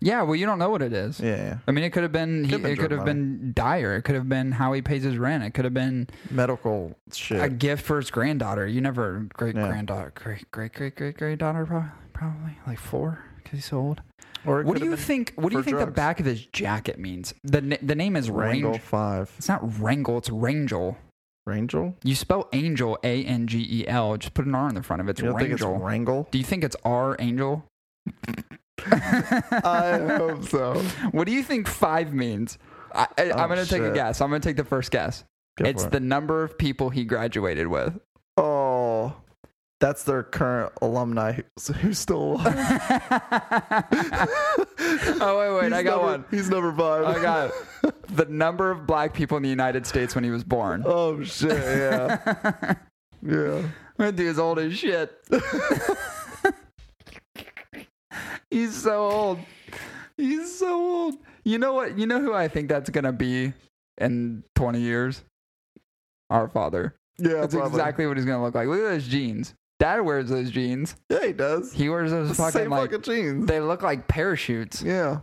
Yeah. Well, you don't know what it is. yeah, I mean, it could have been. Could he- have been it could drug have been dire. It could have been how he pays his rent. It could have been medical shit. a gift for his granddaughter. You never great Yeah. granddaughter, great great great great great daughter, probably, probably like four because he's so old. or it What could do have you been think? What do you for think the drugs. back of his jacket means? The na- the name is Wrangle Rangel. Five It's not Wrangle. It's Rangel. Rangel? You spell Angel A N G E L. Just put an R in the front of it. It's You don't think it's Rangel. Wrangle? Do you think it's our angel? I hope so. What do you think five means? I, I, Oh, I'm going to take a shit. guess. I'm going to take the first guess. Go it's for it. the number of people he graduated with. oh, that's their current alumni who's, who's still alive. oh, wait, wait. He's I got number- one. He's number five. I got it. The number of black people in the United States when he was born. Oh shit! Yeah, yeah. That dude's old as shit. He's so old. He's so old. You know what? You know who I think that's gonna be in 20 years? Our father. Yeah, That's probably. exactly what he's gonna look like. Look at those jeans. Dad wears those jeans. Yeah, he does. He wears those It's the fucking same like fucking jeans. they look like parachutes. Yeah.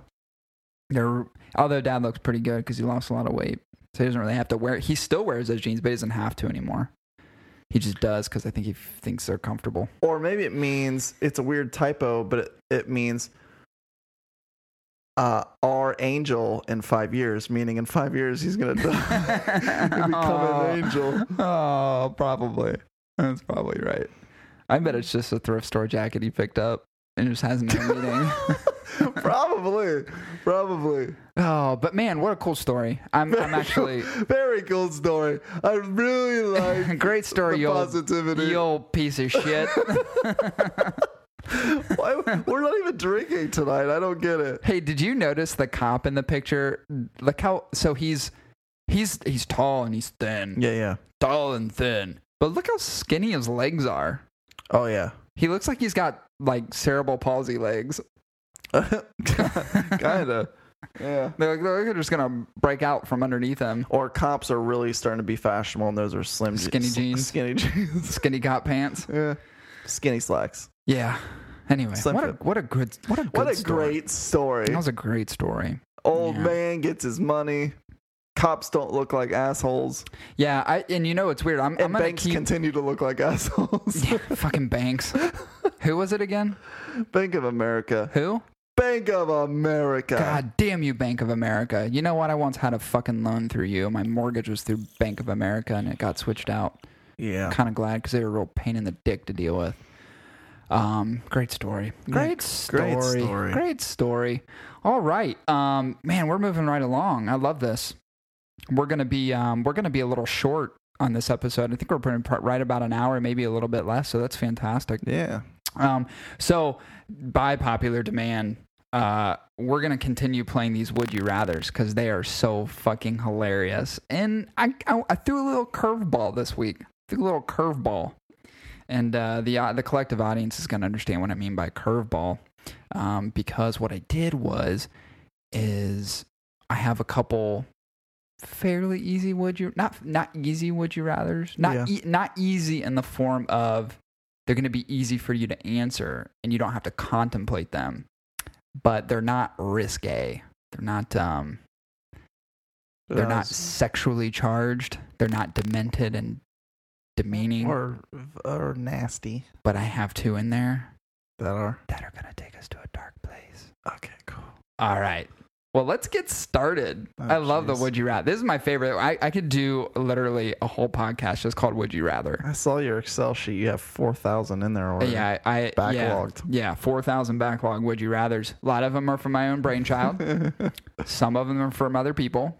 They're although dad looks pretty good because he lost a lot of weight, so he doesn't really have to wear. He still wears those jeans, but he doesn't have to anymore. He just does because I think he f- thinks they're comfortable. Or maybe it means it's a weird typo, but it, it means uh, our angel in five years, meaning in five years he's gonna die and become Aw. an angel. Oh, probably. That's probably right. I bet it's just a thrift store jacket he picked up. and just has no meaning. probably, probably. oh, but man, what a cool story. I'm, I'm actually very cool story. I really like great story. the you old- positivity. you old piece of shit. Why, we're not even drinking tonight. I don't get it. Hey, did you notice the cop in the picture? Like how so he's he's he's tall and he's thin. Yeah, yeah. Tall and thin. But look how skinny his legs are. Oh yeah. He looks like he's got like cerebral palsy legs. Kinda. Yeah. They're like they're just gonna break out from underneath him. Or cops are really starting to be fashionable, and those are slim, je- Skinny sl- jeans. skinny jeans, Skinny cop pants. yeah, skinny slacks. Yeah. Anyway, Slim what a, fit. what a good what a good what a story. great story! that was a great story. Old Yeah. man gets his money. Cops don't look like assholes, Yeah, I and you know it's weird. I'm I'm and gonna banks keep continue to look like assholes. yeah, fucking banks. Who was it again? Bank of America, Who? Bank of America. God damn you, Bank of America. You know what? I once had a fucking loan through you. My mortgage was through Bank of America and it got switched out. yeah. Kind of glad because they were a real pain in the dick to deal with. Um, great story. Great story. great story. Great story. All right. Um, man, we're moving right along. I love this. We're gonna be um, we're gonna be a little short on this episode. I think we're putting part- right about an hour, maybe a little bit less. So that's fantastic. Yeah. Um, so by popular demand, uh, we're gonna continue playing these would you rather's because they are so fucking hilarious. And I, I, I threw a little curveball this week. Threw a little curveball, and uh, the uh, the collective audience is gonna understand what I mean by curveball, um, because what I did was is I have a couple fairly easy would you not not easy would you rather's not Yeah. e- not easy in the form of they're going to be easy for you to answer and you don't have to contemplate them but they're not risque they're not um they're not sexually charged they're not demented and demeaning or or nasty. but i have two in there That are that are going to take us to a dark place okay. Cool. all right well let's get started Oh, i love jeez. the would you rather this is my favorite I, I could do literally a whole podcast just called would you rather I saw your Excel sheet. You have four thousand in there already. yeah i, I yeah. Backlogged. Yeah, 4,000 backlog would you rathers. A lot of them are from my own brainchild. Some of them are from other people.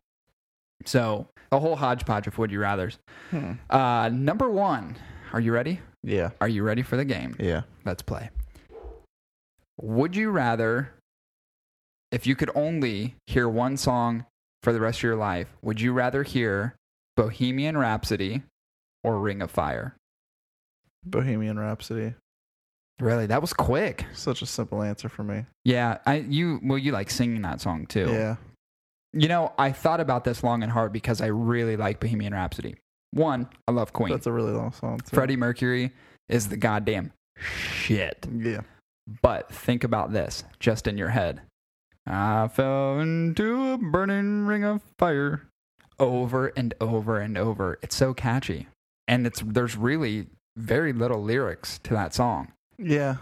So a whole hodgepodge of would you rathers. Hmm. Uh, number one, are you ready? Yeah. Are you ready for the game? Yeah. Let's play. Would you rather, if you could only hear one song for the rest of your life, would you rather hear Bohemian Rhapsody or Ring of Fire? Bohemian Rhapsody. Really, that was quick. Such a simple answer for me. Yeah, I you well you like singing that song too. Yeah. You know, I thought about this long and hard because I really like Bohemian Rhapsody. One, I love Queen. That's a really long song. Too. Freddie Mercury is the goddamn shit. Yeah. But think about this just in your head. I fell into a burning ring of fire over and over and over. It's so catchy. And it's there's really very little lyrics to that song. Yeah.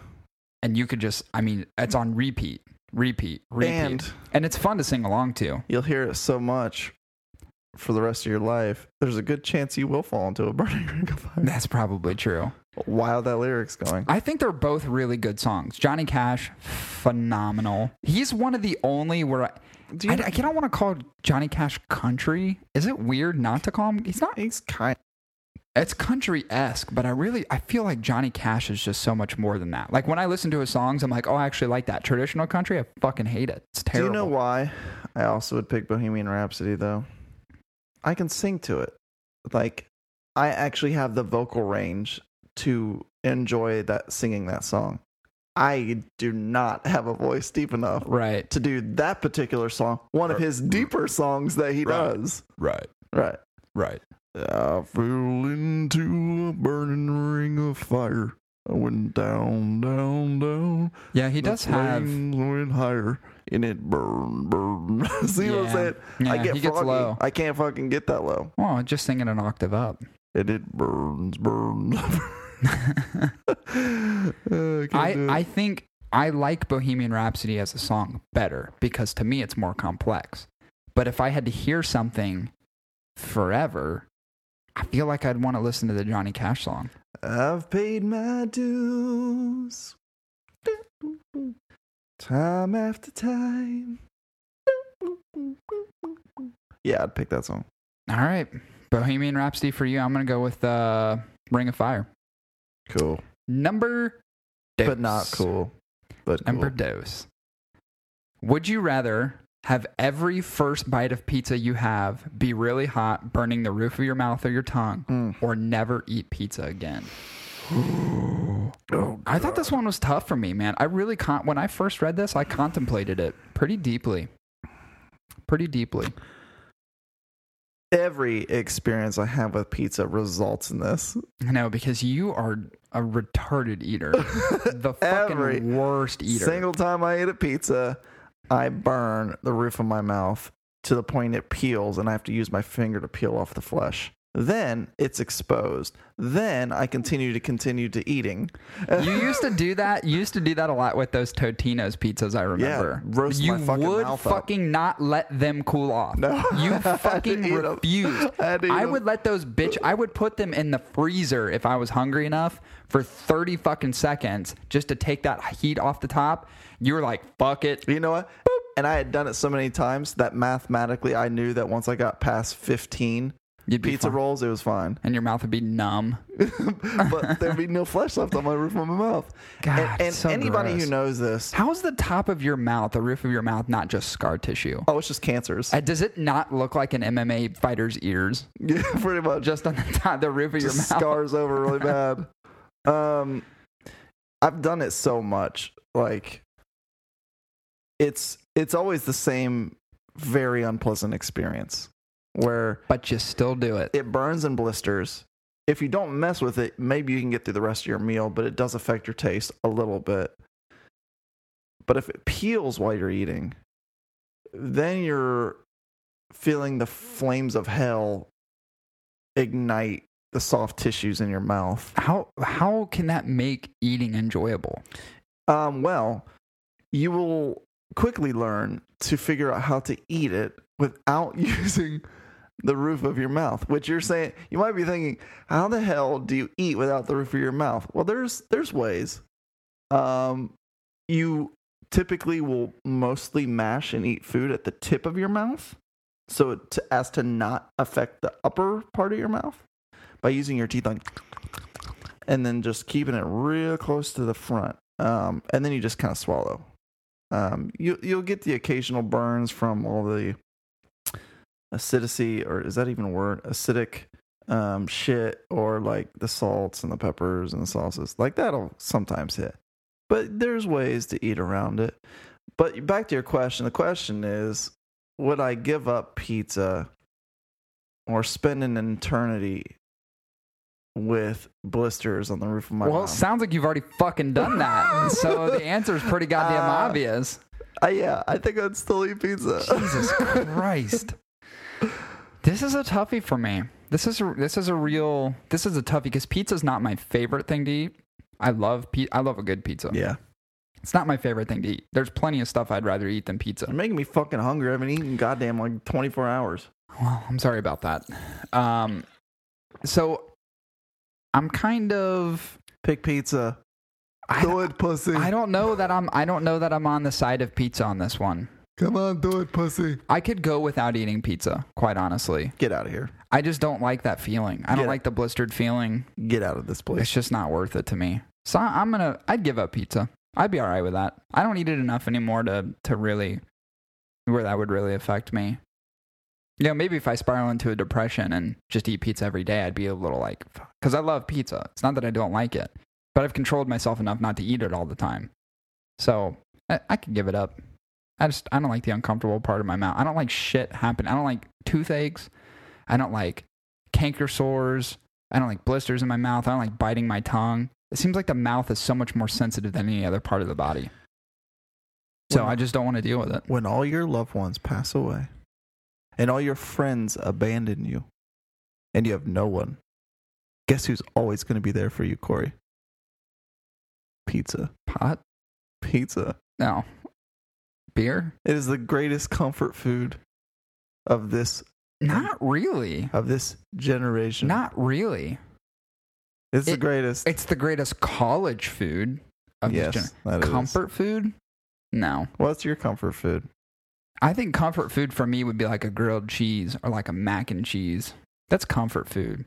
And you could just I mean, it's on repeat, repeat, repeat. And and it's fun to sing along to. you'll hear it so much for the rest of your life. There's a good chance you will fall into a burning ring of fire. That's probably true. Wow, that lyric's going. I think they're both really good songs. Johnny Cash, phenomenal. He's one of the only where I, Do I, you, I don't want to call Johnny Cash country. Is it weird not to call him? He's not. he's kind. It's country esque, but I really I feel like Johnny Cash is just so much more than that. Like when I listen to his songs, I'm like, oh, I actually like that traditional country. I fucking hate it. It's Do terrible. you know why? I also would pick Bohemian Rhapsody though. I can sing to it. Like I actually have the vocal range to enjoy that singing that song. I do not have a voice deep enough Right. to do that particular song, one of his deeper songs that he Right. does. Right. Right. Right. I fell into a burning ring of fire. I went down, down, down. Yeah, he The does have. flames went higher, and it burned, burned. See what I'm Yeah. saying? I Yeah, get he gets froggy. low. I can't fucking get that low. Well, just singing an octave up. And it burns, Uh, burns. I, I think I like Bohemian Rhapsody as a song better because to me it's more complex. But if I had to hear something forever, I feel like I'd want to listen to the Johnny Cash song. I've paid my dues. Time after time. Yeah, I'd pick that song. All right. Bohemian Rhapsody for you. I'm going to go with uh, Ring of Fire. Cool. Number dos. But not cool. But Number cool. dos. Would you rather have every first bite of pizza you have be really hot, burning the roof of your mouth or your tongue, Mm. or never eat pizza again? Oh, I thought this one was tough for me, man. I really con- when I first read this, I contemplated it pretty deeply. Pretty deeply. every experience I have with pizza results in this. No, because you are a retarded eater. the fucking Every worst eater. Single time I eat a pizza, I burn the roof of my mouth to the point it peels and I have to use my finger to peel off the flesh. Then it's exposed. Then I continue to continue to eating. you used to do that. You used to do that a lot with those Totino's pizzas. I remember. roast you my fucking would mouth up. fucking not let them cool off. No. I you had to fucking eat 'em. refused. I had to eat I 'em. would let those bitch. I would put them in the freezer if I was hungry enough for thirty fucking seconds just to take that heat off the top. You were like, fuck it. You know what? And I had done it so many times that mathematically I knew that once I got past 15 You'd be pizza fine. rolls, it was fine. and your mouth would be numb. but there'd be no flesh left on my roof of my mouth. God, and and it's so anybody gross. who knows this, How's the top of your mouth, the roof of your mouth, not just scar tissue? oh, it's just cancers. Uh, Does it not look like an MMA fighter's ears? yeah, pretty much. Just on the top, the roof of your mouth. Just scars over really bad. Um, I've done it so much, like it's it's always the same, very unpleasant experience where but you still do it. it burns and blisters. If you don't mess with it, maybe you can get through the rest of your meal, but it does affect your taste a little bit. But if it peels while you're eating, then you're feeling the flames of hell ignite the soft tissues in your mouth. How how can that make eating enjoyable? Um, well, you will quickly learn to figure out how to eat it without using the roof of your mouth. Which you're saying you might be thinking, how the hell do you eat without the roof of your mouth? Well, there's there's ways. Um, you typically will mostly mash and eat food at the tip of your mouth, so to, as to not affect the upper part of your mouth by using your teeth like and then just keeping it real close to the front. Um, and then you just kind of swallow. Um, you you'll get the occasional burns from all the acidity, or is that even a word? Acidic um, shit, or like the salts and the peppers and the sauces. Like that'll sometimes hit, but there's ways to eat around it. But back to your question. The question is, would I give up pizza or spend an eternity with blisters on the roof of my well, it mouth? sounds like you've already fucking done that. so the answer is pretty goddamn Uh, obvious. Uh, yeah, I think I'd still eat pizza. Jesus Christ. This is a toughie for me. This is a, this is a real this is a toughie because pizza's not my favorite thing to eat. I love pe- I love a good pizza. yeah, It's not my favorite thing to eat. There's plenty of stuff I'd rather eat than pizza. you're making me fucking hungry. I haven't eaten goddamn like 24 hours. Well, I'm sorry about that. Um, so I'm kind of Pick pizza. I, Do it, pussy. I don't know that I'm I don't know that I'm on the side of pizza on this one. Come on, do it, pussy. I could go without eating pizza, quite honestly. Get out of here. I just don't like that feeling. I don't Yeah. like the blistered feeling. Get out of this It's place. just not worth it to me. So I- I'm gonna I'd give up pizza. I'd be all right with that. I don't eat it enough anymore to to really where that would really affect me. You know, maybe if I spiral into a depression and just eat pizza every day, I'd be a little like, because I love pizza. It's not that I don't like it, but I've controlled myself enough not to eat it all the time. So I, I could give it up. I just I don't like the uncomfortable part of my mouth. I don't like shit happen. I don't like toothaches. I don't like canker sores. I don't like blisters in my mouth. I don't like biting my tongue. It seems like the mouth is so much more sensitive than any other part of the body. So Well- I just don't want to deal with it. When all your loved ones pass away, and all your friends abandon you, and you have no one, guess who's always going to be there for you, Corey? Pizza. Pot? Pizza. No. Beer? It is the greatest comfort food of this Not really. of this generation. Not really. It's the It- greatest. It's the greatest college food of yes, this gen- that is. comfort food. No, What's your comfort food? I think comfort food for me would be like a grilled cheese or like a mac and cheese. That's comfort food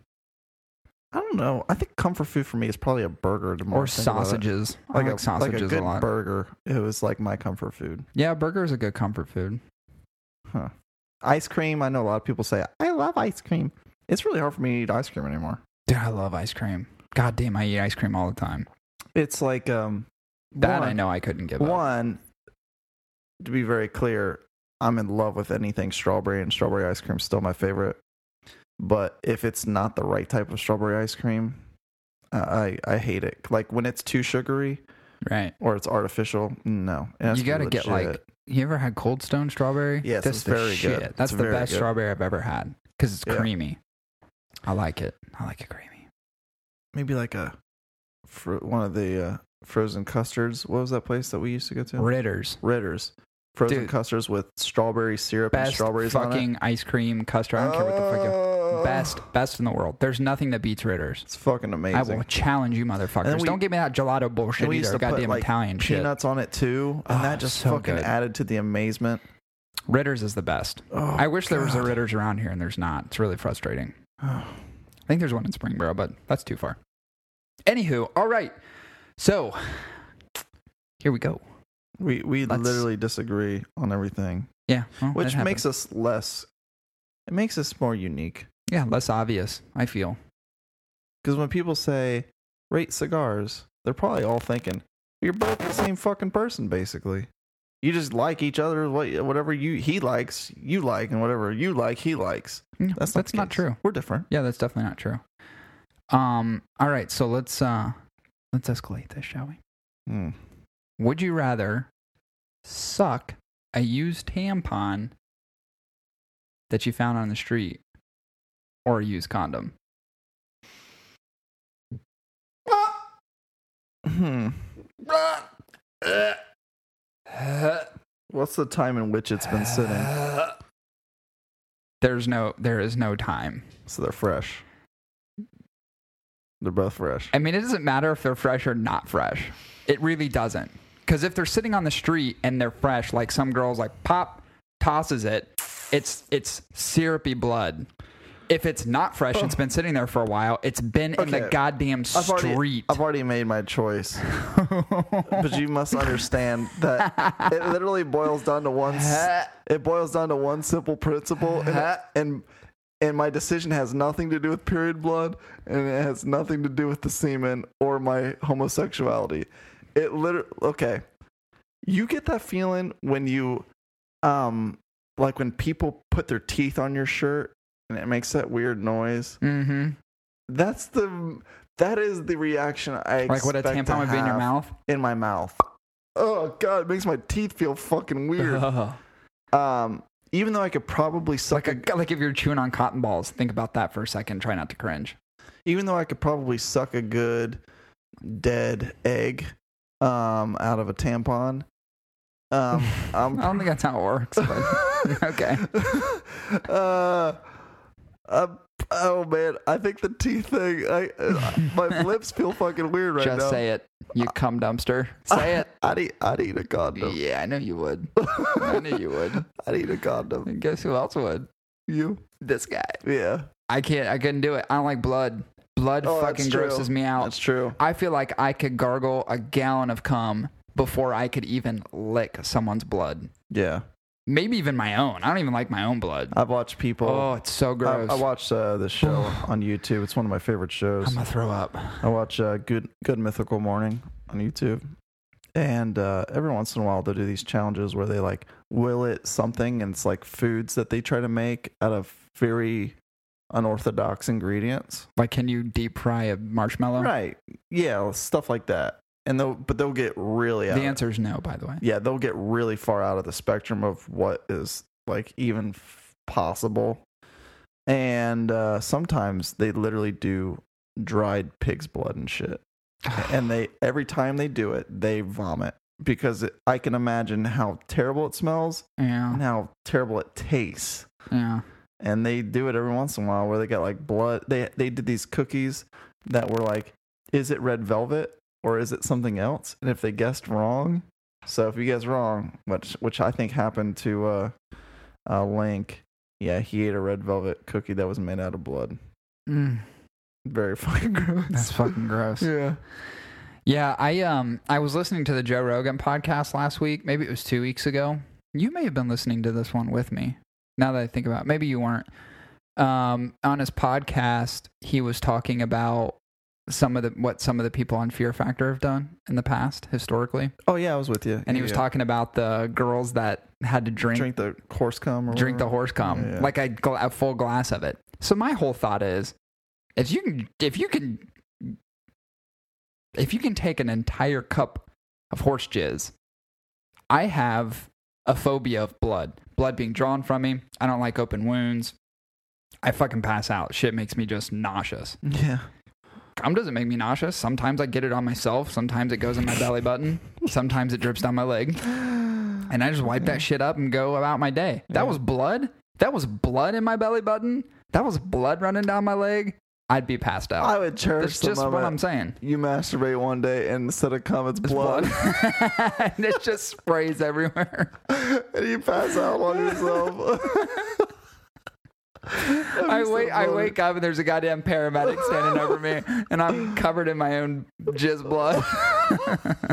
I don't know. I think comfort food for me is probably a burger. the or more Mm, I think about it. sausages. I like sausages like a good a lot. burger. It was like my comfort food. yeah, burger is a good comfort food. Ice cream. I know a lot of people say I love ice cream. It's really hard for me to eat ice cream anymore. Dude, I love ice cream. God damn, I eat ice cream all the time. It's like um That one, I know I couldn't give up. One, to be very clear, I'm in love with anything strawberry, and strawberry ice cream is still my favorite. But if it's not the right type of strawberry ice cream, I I, I hate it. Like when it's too sugary Right. or it's artificial. No, It has You to be gotta get, like, legit. You ever had Cold Stone strawberry? Yes, that's it's the very shit. good. That's It's the very best good. strawberry I've ever had because it's Yeah. creamy. I like it. I like it creamy. maybe like a fr- one of the uh, frozen custards. What was that place that we used to go to? Ritter's Ritter's frozen Dude. custards with strawberry syrup and best strawberries on it. fucking ice cream custard. I don't care what the fuck. You, Oh, best, best in the world. There's nothing that beats Ritter's. It's fucking I amazing. will challenge you, motherfuckers. we- don't give me that gelato bullshit and we used either. to put, Goddamn like, Italian shit. Peanuts on it too, and Oh, that just so fucking good. added to the amazement. Ritter's is the best. Oh, I wish there was a God. Ritter's around here, and there's not. It's really frustrating. Oh, I think there's one in Springboro, but that's too far. Anywho, all right. So here we go. we we Let's- literally disagree on everything, Yeah, well, which it makes us less. It makes us more unique happens. yeah less obvious. I feel because when people say rate cigars, they're probably all thinking you're both the same fucking person, basically. You just like each other, what- whatever you he likes, you like, and whatever you like, he likes. Yeah, That's not, Mm, that's the not case. true. We're different. Yeah, that's definitely not true. Um. All right. So let's uh let's escalate this, shall we? Hmm. Would you rather suck a used tampon that you found on the street or a used condom? Hmm. What's the time in which it's been sitting? There's no there is no time. So they're fresh. They're both fresh. I mean, it doesn't matter if they're fresh or not fresh. It really doesn't. Because if they're sitting on the street and they're fresh, like some girls like pop tosses it, it's it's syrupy blood. If it's not fresh, it's been sitting there for a while. It's been in the Oh. Okay. goddamn I've already, street. I've already made my choice, but you must understand that it literally boils down to one. s- It boils down to one simple principle, and, and and my decision has nothing to do with period blood, and it has nothing to do with the semen or my homosexuality. It literally okay. You get that feeling when you, um, like when people put their teeth on your shirt and it makes that weird noise. mm-hmm. That's the that is the reaction I Like what a expect to tampon would be in your have mouth. In my mouth. Oh god, it makes my teeth feel fucking weird. Ugh. um, even though I could probably suck Like a, a, like if you're chewing on cotton balls. Think about that for a second. Try not to cringe. even though I could probably suck a good dead egg um out of a tampon. Um, I I'm don't think that's how it works. But Oh, okay. uh, uh, oh man, I think the teeth thing. I uh, my lips feel fucking weird right Just now. say it. You cum dumpster. Say it. I need I need a condom. Yeah, I know you would. I knew you would. I need a condom. And guess who else would? You? This guy. Yeah, I can't. I couldn't do it. I don't like blood. Blood Oh, that's fucking true. grosses me out. that's true. I feel like I could gargle a gallon of cum before I could even lick someone's blood. Yeah, Maybe even my own. I don't even like my own blood. I've watched people. Oh, it's so I, gross. I watched uh, this show on YouTube. It's one of my favorite shows. I'm gonna throw up. I watch uh, Good Good Mythical Morning on YouTube, and uh, every once in a while they'll do these challenges where they like will it something, and it's like foods that they try to make out of very unorthodox ingredients. Like, can you deep fry a marshmallow? Right. Yeah, stuff like that. And they'll but they'll get really out The answer is no. By the way. yeah, they'll get really far out of the spectrum of what is like even f- possible. And uh sometimes they literally do dried pig's blood and shit. and they every time they do it, they vomit because it, I can imagine how terrible it smells Yeah. and how terrible it tastes Yeah. and they do it every once in a while where they got like blood they they did these cookies that were like is it red velvet or is it something else? And if they guessed wrong, so if you guess wrong, which which I think happened to uh, uh Link, yeah, he ate a red velvet cookie that was made out of blood. Mm, Very fucking gross. that's fucking gross. yeah. Yeah, I um I was listening to the Joe Rogan podcast last week. Maybe it was two weeks ago. You may have been listening to this one with me. Now that I think about, it. maybe you weren't. Um, on his podcast, he was talking about some of the what some of the people on Fear Factor have done in the past historically, Oh yeah, I was with you. and he was Yeah. talking about the girls that had to drink drink the horse cum or drink the whatever. horse cum, Mm. Yeah. like a, gla- a full glass of it. So my whole thought is, if you can, if you can, if you can take an entire cup of horse jizz, I have a phobia of blood. Blood being drawn from me. I don't like open wounds. I fucking pass out. Shit makes me just nauseous. Yeah. Cum doesn't make me nauseous. Sometimes I get it on myself. Sometimes it goes in my belly button. Sometimes it drips down my leg and I just wipe that shit up and go about my day. That Yeah. was blood. That was blood in my belly button. That was blood running down my leg. I'd be passed out. I would cherish That's the just what moment. I'm saying. You masturbate one day and instead of cum, it's It's blood. and it just sprays everywhere. and you pass out on yourself. I wake, I wake up and there's a goddamn paramedic standing over me, and I'm covered in my own jizz blood.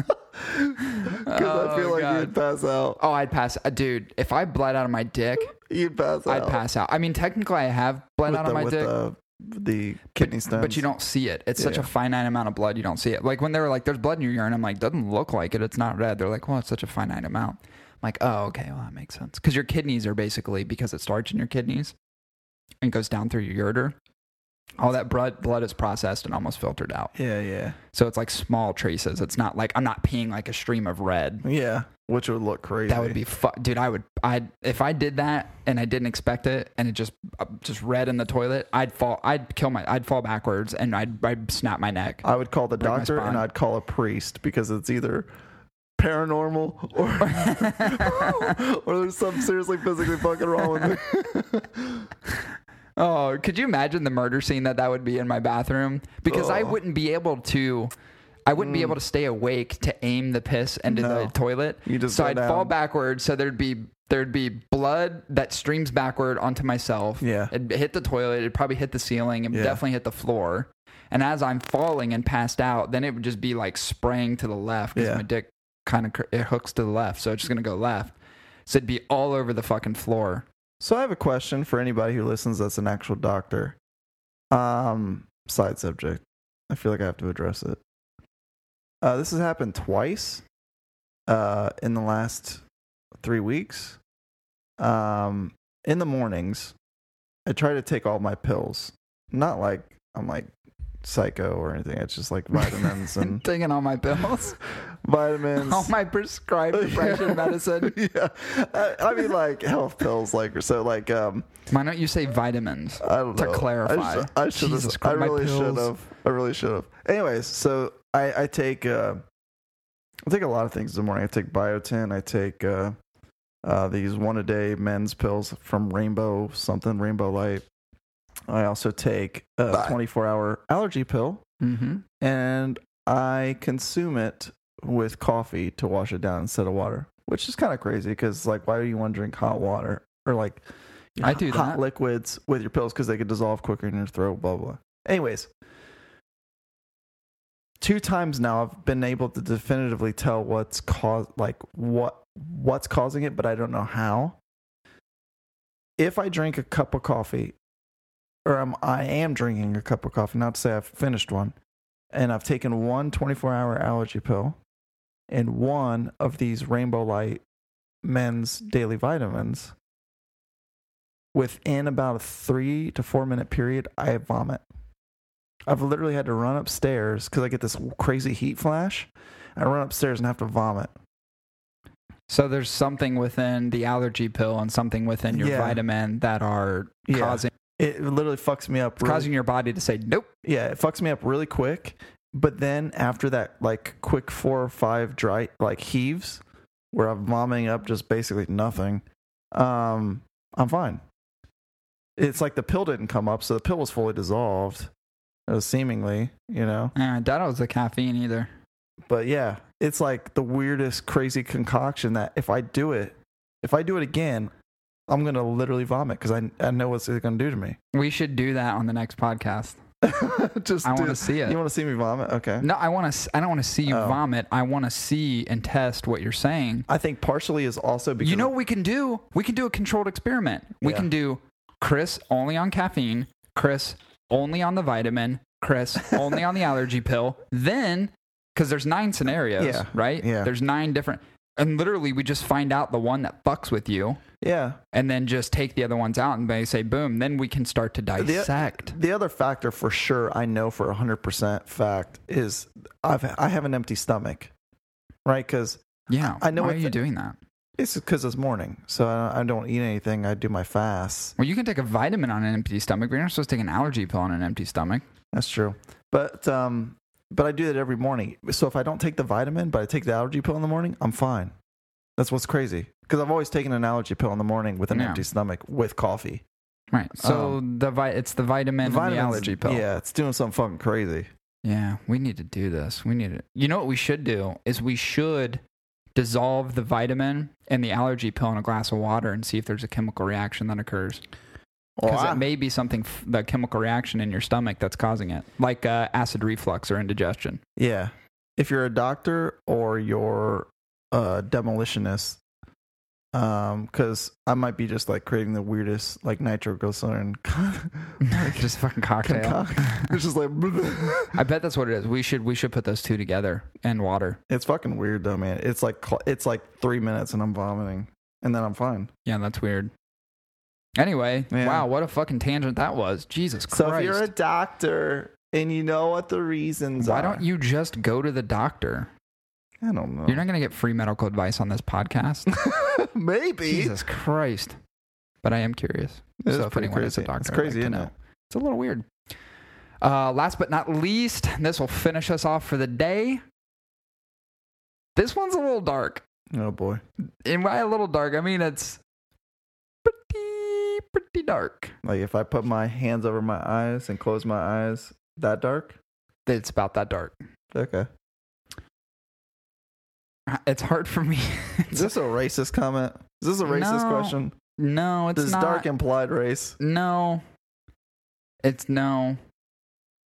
because I Oh, feel like God. you'd pass out. Oh, I'd pass, uh, dude. If I bled out of my dick, You'd pass out. I'd pass out. I mean, technically, I have bled with out the, of my with dick. the, the kidney stones. But you don't see it. It's such a Yeah. finite amount of blood. You don't see it. Like when they were like, "There's blood in your urine," I'm like, "Doesn't look like it. It's not red." They're like, "Well, it's such a finite amount." I'm like, "Oh, okay. Well, that makes sense." Because your kidneys are basically because it starts in your kidneys and goes down through your ureter. All that blood blood is processed and almost filtered out. Yeah, yeah, So it's like small traces. It's not like I'm not peeing like a stream of red. yeah. Which would look crazy. That would be fu- dude. I would I if I did that and I didn't expect it and it just uh, just red in the toilet. I'd fall. I'd kill my. I'd fall backwards and I'd I'd snap my neck. I would call the my doctor spine. and I'd call a priest because it's either paranormal or or there's something seriously physically fucking wrong with me. Oh, could you imagine the murder scene that that would be in my bathroom? Because I Ugh. Mm. wouldn't be able to. I wouldn't be able to stay awake to aim the piss into the No. toilet. You just so go I'd fall down. backward. So there'd be there'd be blood that streams backward onto myself. Yeah. it'd hit the toilet. It'd probably hit the ceiling and Yeah. definitely hit the floor. And as I'm falling and passed out, then it would just be like spraying to the left because Yeah. my dick kind of it hooks to the left, so it's just gonna go left. So it'd be all over the fucking floor. So I have a question for anybody who listens that's an actual doctor. Um, side subject. I feel like I have to address it. Uh, this has happened twice uh, in the last three weeks. Um, in the mornings, I try to take all my pills. Not like I'm like psycho or anything. It's just like vitamins and Taking all my pills. vitamins. All Oh my prescribed depression Yeah. medicine. yeah, I, I mean like health pills, like so, like um. Why don't you say vitamins? I don't To know. clarify. I, sh- I should Jesus have. I Christ, my really should pills. have. I really should have. Anyways, so I, I take uh, I take a lot of things in the morning. I take biotin. I take uh, uh, these one a day men's pills from Rainbow something Rainbow Light. I also take a Bye. twenty four hour allergy pill, Mm-hmm. and I consume it with coffee to wash it down instead of water, which is kind of crazy because like, why do you want to drink hot water or like I do hot that. liquids with your pills because they could dissolve quicker in your throat, blah, blah. Anyways, two times now I've been able to definitively tell what's cause like what what's causing it, but I don't know how. If I drink a cup of coffee, or I'm, I am drinking a cup of coffee, not to say I've finished one, and I've taken one 24 hour allergy pill and one of these Rainbow Light men's daily vitamins, within about a three to four minute period, I vomit. I've literally had to run upstairs because I get this crazy heat flash. I run upstairs and have to vomit. So there's something within the allergy pill and something within your Yeah. vitamin that are Yeah. causing It literally fucks me up. Really, causing your body to say nope. yeah, it fucks me up really quick. But then after that, like quick four or five dry like heaves, where I'm vomiting up just basically nothing, um, I'm fine. It's like the pill didn't come up, so the pill was fully dissolved, uh, seemingly. You know, Uh, I doubt it was the caffeine either. But yeah, it's like the weirdest, crazy concoction that if I do it, if I do it again, I'm gonna literally vomit because I I know what's gonna do to me. We should do that on the next podcast. Just I do- want to see You it. want to see me vomit? Okay. No, I want to. I don't want to see you Oh. vomit. I want to see and test what you're saying. I think partially is also because you know what we can do? We can do a controlled experiment. We Yeah. can do Chris only on caffeine, Chris only on the vitamin, Chris only on the allergy pill. Then, because there's nine scenarios, Yeah. right? Yeah. There's nine different. And literally, we just find out the one that fucks with you yeah. and then just take the other ones out and they say, boom, then we can start to dissect. The other factor for sure, I know for 100% fact, is I've, I have an empty stomach, right? Because yeah. I know Why what are you the- doing that? it's because it's morning. So I I don't eat anything. I do my fast. Well, you can take a vitamin on an empty stomach, but you're not supposed to take an allergy pill on an empty stomach. That's true. But, um, but I do that every morning. So if I don't take the vitamin, but I take the allergy pill in the morning, I'm fine. That's what's crazy. Because I've always taken an allergy pill in the morning with an Yeah. empty stomach with coffee. Right. So the vi- it's the vitamin and the Vitamins- allergy pill. Yeah, it's doing something fucking crazy. Yeah, we need to do this. We need to. You know what we should do is we should dissolve the vitamin and the allergy pill in a glass of water and see if there's a chemical reaction that occurs because Well, I- it may be something f- the chemical reaction in your stomach that's causing it, like uh, acid reflux or indigestion. Yeah. If you're a doctor or you're a demolitionist, um, because I might be just like creating the weirdest like nitroglycerin con- like, Just fucking cocktail. concoct. It's just like I bet that's what it is. We should we should put those two together and water. it's fucking weird though, man. It's like cl- it's like three minutes and I'm vomiting, and then I'm fine. Yeah, that's weird. Anyway, Yeah. wow, what a fucking tangent that was. Jesus Christ. So if you're a doctor and you know what the reasons why are, don't you just go to the doctor? I don't know. You're not going to get free medical advice on this podcast. Maybe Jesus Christ. But I am curious. It's so if pretty anyone is crazy. a doctor, it's I'd like crazy, to isn't know. it? It's a little weird. Uh, last but not least, this will finish us off for the day. This one's a little dark. Oh boy. And by a little dark, I mean it's pretty, pretty dark. Like if I put my hands over my eyes and close my eyes, that dark. It's about that dark. Okay. It's hard for me. Is this a racist comment? Is this a racist No, question? no, it's Does not. dark implied race? no. It's no.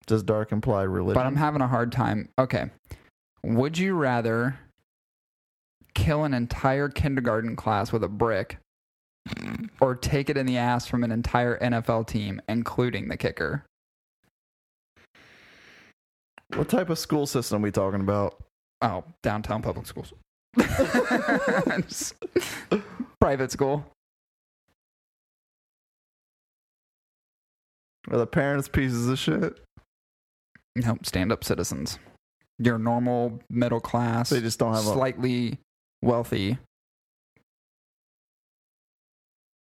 Does dark imply religion? But I'm having a hard time. Okay. Would you rather kill an entire kindergarten class with a brick or take it in the ass from an entire NFL team, including the kicker? what type of school system we talking about? Oh, downtown public schools. Private school. Are the parents pieces of shit? No, stand up citizens. Your normal middle class, They just don't have a. slightly wealthy.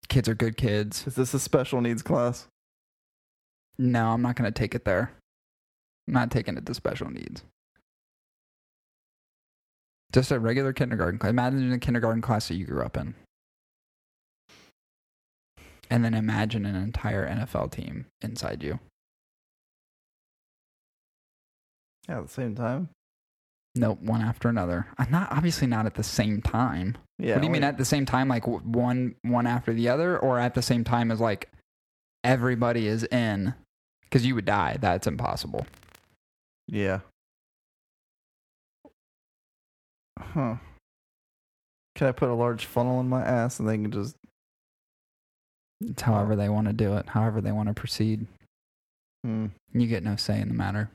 Kids are good kids. Is this a special needs class? No, I'm not going to take it there. I'm not taking it to special needs. Just a regular kindergarten class. Imagine the kindergarten class that you grew up in. And then imagine an entire NFL team inside you. Yeah, at the same time. Nope, one after another. I'm not obviously not at the same time. Yeah. what do you mean wait. at the same time? Like w- one one after the other, or at the same time as like everybody is in? Because you would die. That's impossible. yeah. Huh. Can I put a large funnel in my ass and they can just? It's however they want to do it, however they want to proceed. Hmm. You get no say in the matter,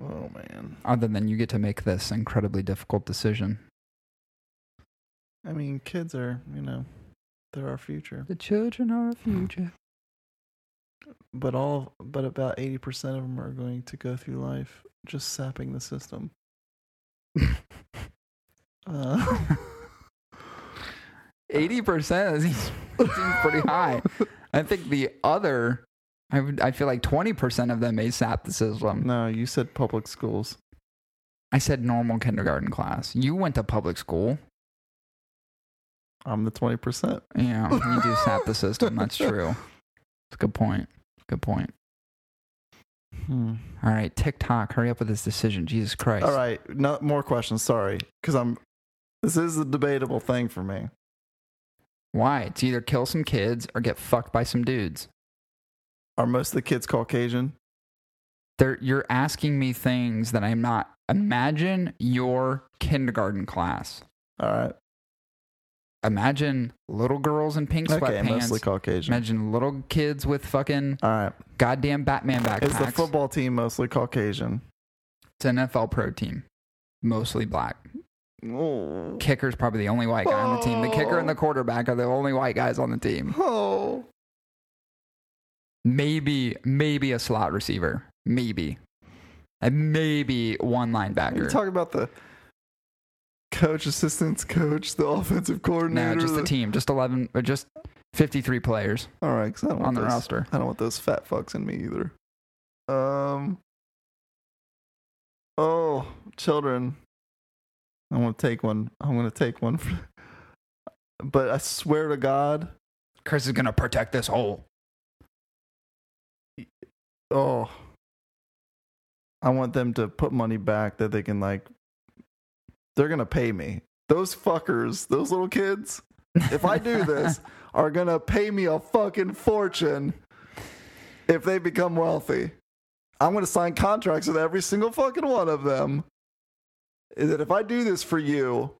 Oh man. other than you get to make this incredibly difficult decision. I mean, kids are you know, they're our future. The children are our future. but all but about 80% of them are going to go through life just sapping the system uh, Eighty percent seems seems pretty high. I think the other, I would, I feel like twenty percent of them may sap the system. no you said public schools I said normal kindergarten class. You went to public school. i'm the 20% Yeah, you do sap the system. That's true. It's a good point. Good point. Hmm. All right, TikTok, hurry up with this decision. Jesus Christ. All right, no more questions. Sorry, because I'm. This is a debatable thing for me. Why? It's either kill some kids or get fucked by some dudes. Are most of the kids Caucasian? They're, you're asking me things that I'm not. Imagine your kindergarten class. All right. Imagine little girls in pink Okay, sweatpants. mostly Caucasian. Imagine little kids with fucking All right. goddamn Batman backpacks. Is the football team mostly Caucasian? It's an NFL pro team, mostly black. Oh. Kicker's probably the only white guy on the team. The kicker and the quarterback are the only white guys on the team. Oh. Maybe, maybe a slot receiver. Maybe. And maybe one Are you linebacker. talking about the coach, assistants, coach, the offensive coordinator? No, just the team. Just 11, or just 53 players All right, 'cause I don't on want the those, roster. I don't want those fat fucks in me either. Um. Oh, children. I'm gonna take one. I'm gonna take one. but I swear to God. Chris is going to protect this hole. Oh. I want them to put money back that they can like. They're gonna pay me. Those fuckers, those little kids. If I do this, are gonna pay me a fucking fortune if they become wealthy. I'm gonna sign contracts with every single fucking one of them. Is that if I do this for you,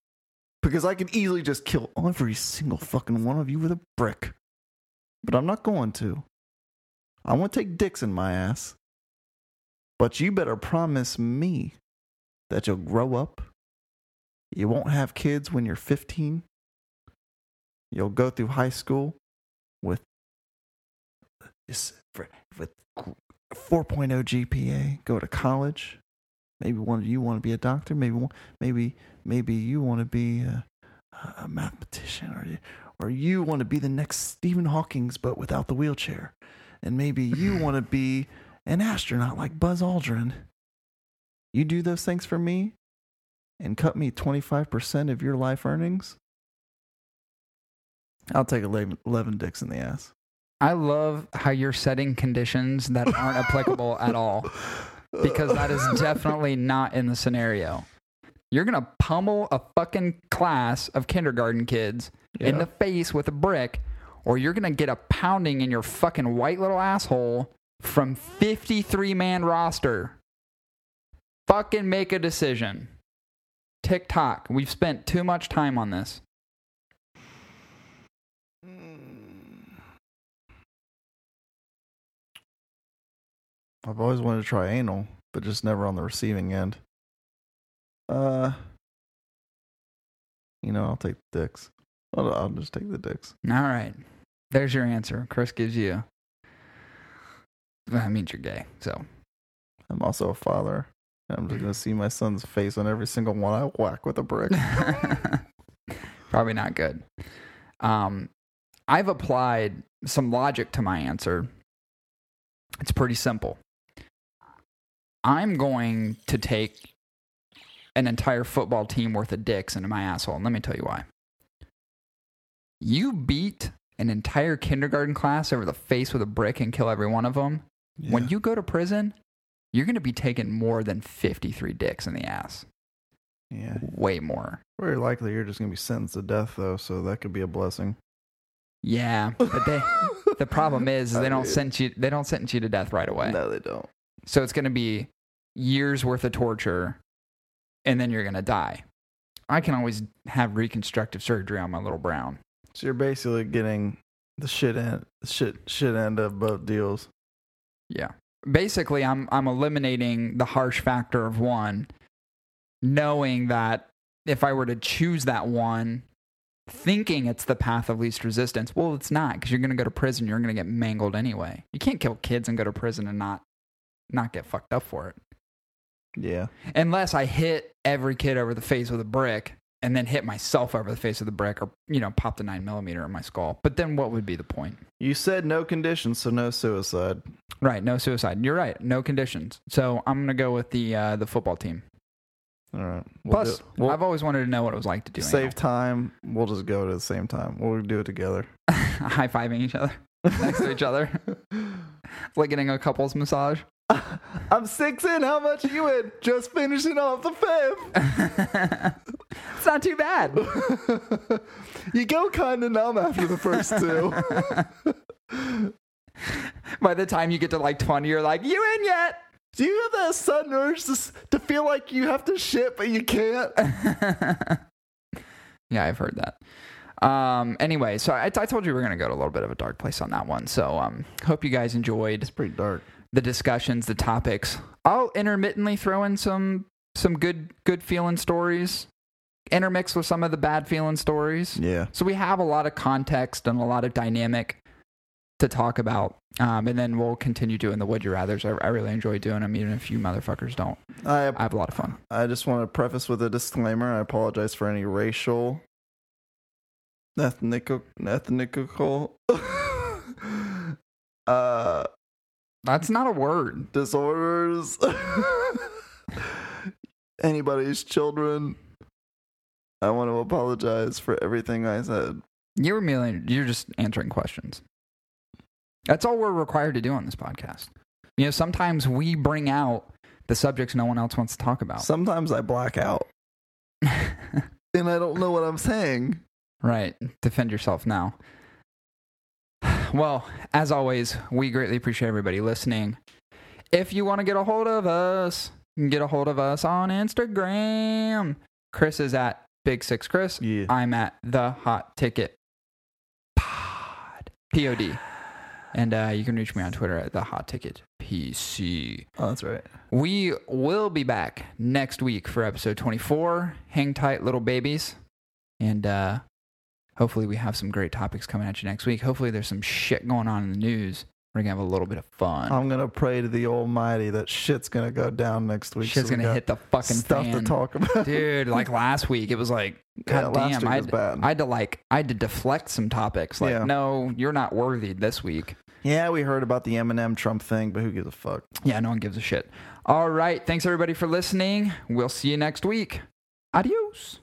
because I can easily just kill every single fucking one of you with a brick. But I'm not going to. I want to take dicks in my ass. But you better promise me that you'll grow up. You won't have kids when you're 15. You'll go through high school with this with 4.0 GPA, go to college. Maybe one of you want to be a doctor, maybe one, maybe maybe you want to be a, a mathematician or you- or you want to be the next Stephen Hawking's but without the wheelchair. And maybe you want to be an astronaut like Buzz Aldrin. You do those things for me and cut me 25% of your life earnings. I'll take 11, 11 dicks in the ass. I love how you're setting conditions that aren't applicable at all. because that is definitely not in the scenario. You're gonna pummel a fucking class of kindergarten kids in Yeah. the face with a brick, or you're gonna get a pounding in your fucking white little asshole from 53 man roster. Fucking make a decision. TikTok, we've spent too much time on this. I've always wanted to try anal, but just never on the receiving end. Uh, you know, I'll take the dicks. I'll, I'll just take the dicks. All right, there's your answer. Chris gives you. That means you're gay, so I'm also a father. and I'm just gonna see my son's face on every single one I whack with a brick. Probably not good. Um, I've applied some logic to my answer. It's pretty simple. I'm going to take an entire football team worth of dicks into my asshole, and let me tell you why. You beat an entire kindergarten class over the face with a brick and kill every one of them. When you go to prison, you're going to be taking more than 53 dicks in the ass. yeah, Way more. very likely you're just gonna be sentenced to death though, so that could be a blessing. Yeah, but they the problem is, is I they don't mean- send you they don't sentence you to death right away. No, they don't. So it's going to be years worth of torture and then you're going to die. I can always have reconstructive surgery on my little brown. So you're basically getting the shit end, shit, shit end of both deals. Yeah. Basically, I'm I'm eliminating the harsh factor of one knowing that if I were to choose that one thinking it's the path of least resistance, well, it's not cuz you're going to go to prison, you're going to get mangled anyway. You can't kill kids and go to prison and not not get fucked up for it. Yeah. unless I hit every kid over the face with a brick and then hit myself over the face with a brick or you know pop the nine millimeter in my skull. But then what would be the point? You said no conditions, so no suicide. Right, no suicide. You're right, no conditions. So I'm gonna go with the uh, the football team. All right. We'll Plus, do- we'll I've always wanted to know what it was like to do save time. We'll just go to the same time. We'll do it together. high fiving each other next to each other, like getting a couples massage. I'm six in. How much are you in? Just finishing off the fifth. it's not too bad. You go kind of numb after the first two. By the time you get to like 20, you're like, you in yet? Do you have that sudden urge to, s- to feel like you have to shit but you can't? Yeah, I've heard that. Um, anyway, so I, I told you we are going to go to a little bit of a dark place on that one. So um, hope you guys enjoyed pretty dark. the discussions, the topics. I'll intermittently throw in some some good good feeling stories, intermix with some of the bad feeling stories. Yeah. So we have a lot of context and a lot of dynamic to talk about. Um, and then we'll continue doing the would you rather's. I, I really enjoy doing them, even if you motherfuckers don't. I I have a lot of fun. I just want to preface with a disclaimer. I apologize for any racial, ethnic, ethnical, uh, That's not a word. disorders. Anybody's children. I want to apologize for everything I said. You're merely you're just answering questions. That's all we're required to do on this podcast. You know, sometimes we bring out the subjects no one else wants to talk about. Sometimes I black out and I don't know what I'm saying. right. Defend yourself now. Well, as always, we greatly appreciate everybody listening. If you want to get a hold of us, you can get a hold of us on Instagram. Chris is at Big Six Chris. Yeah. I'm at the Hot Ticket Pod. P O D. And uh, you can reach me on Twitter at the Hot Ticket PC. Oh, that's right. We will be back next week for episode 24. Hang tight, little babies. And uh, hopefully, we have some great topics coming at you next week. Hopefully, there's some shit going on in the news. We're going to have a little bit of fun. I'm going to pray to the Almighty that shit's going to go down next week. Shit's so we going to got hit the fucking stuff fan. to talk about. Dude, like last week, it was like, Yeah, God last damn, week I was had, bad. I had to like, I had to deflect some topics. Like, Yeah. no, you're not worthy this week. Yeah, we heard about the Eminem Trump thing, but who gives a fuck? Yeah, no one gives a shit. All right. Thanks everybody for listening. We'll see you next week. Adios.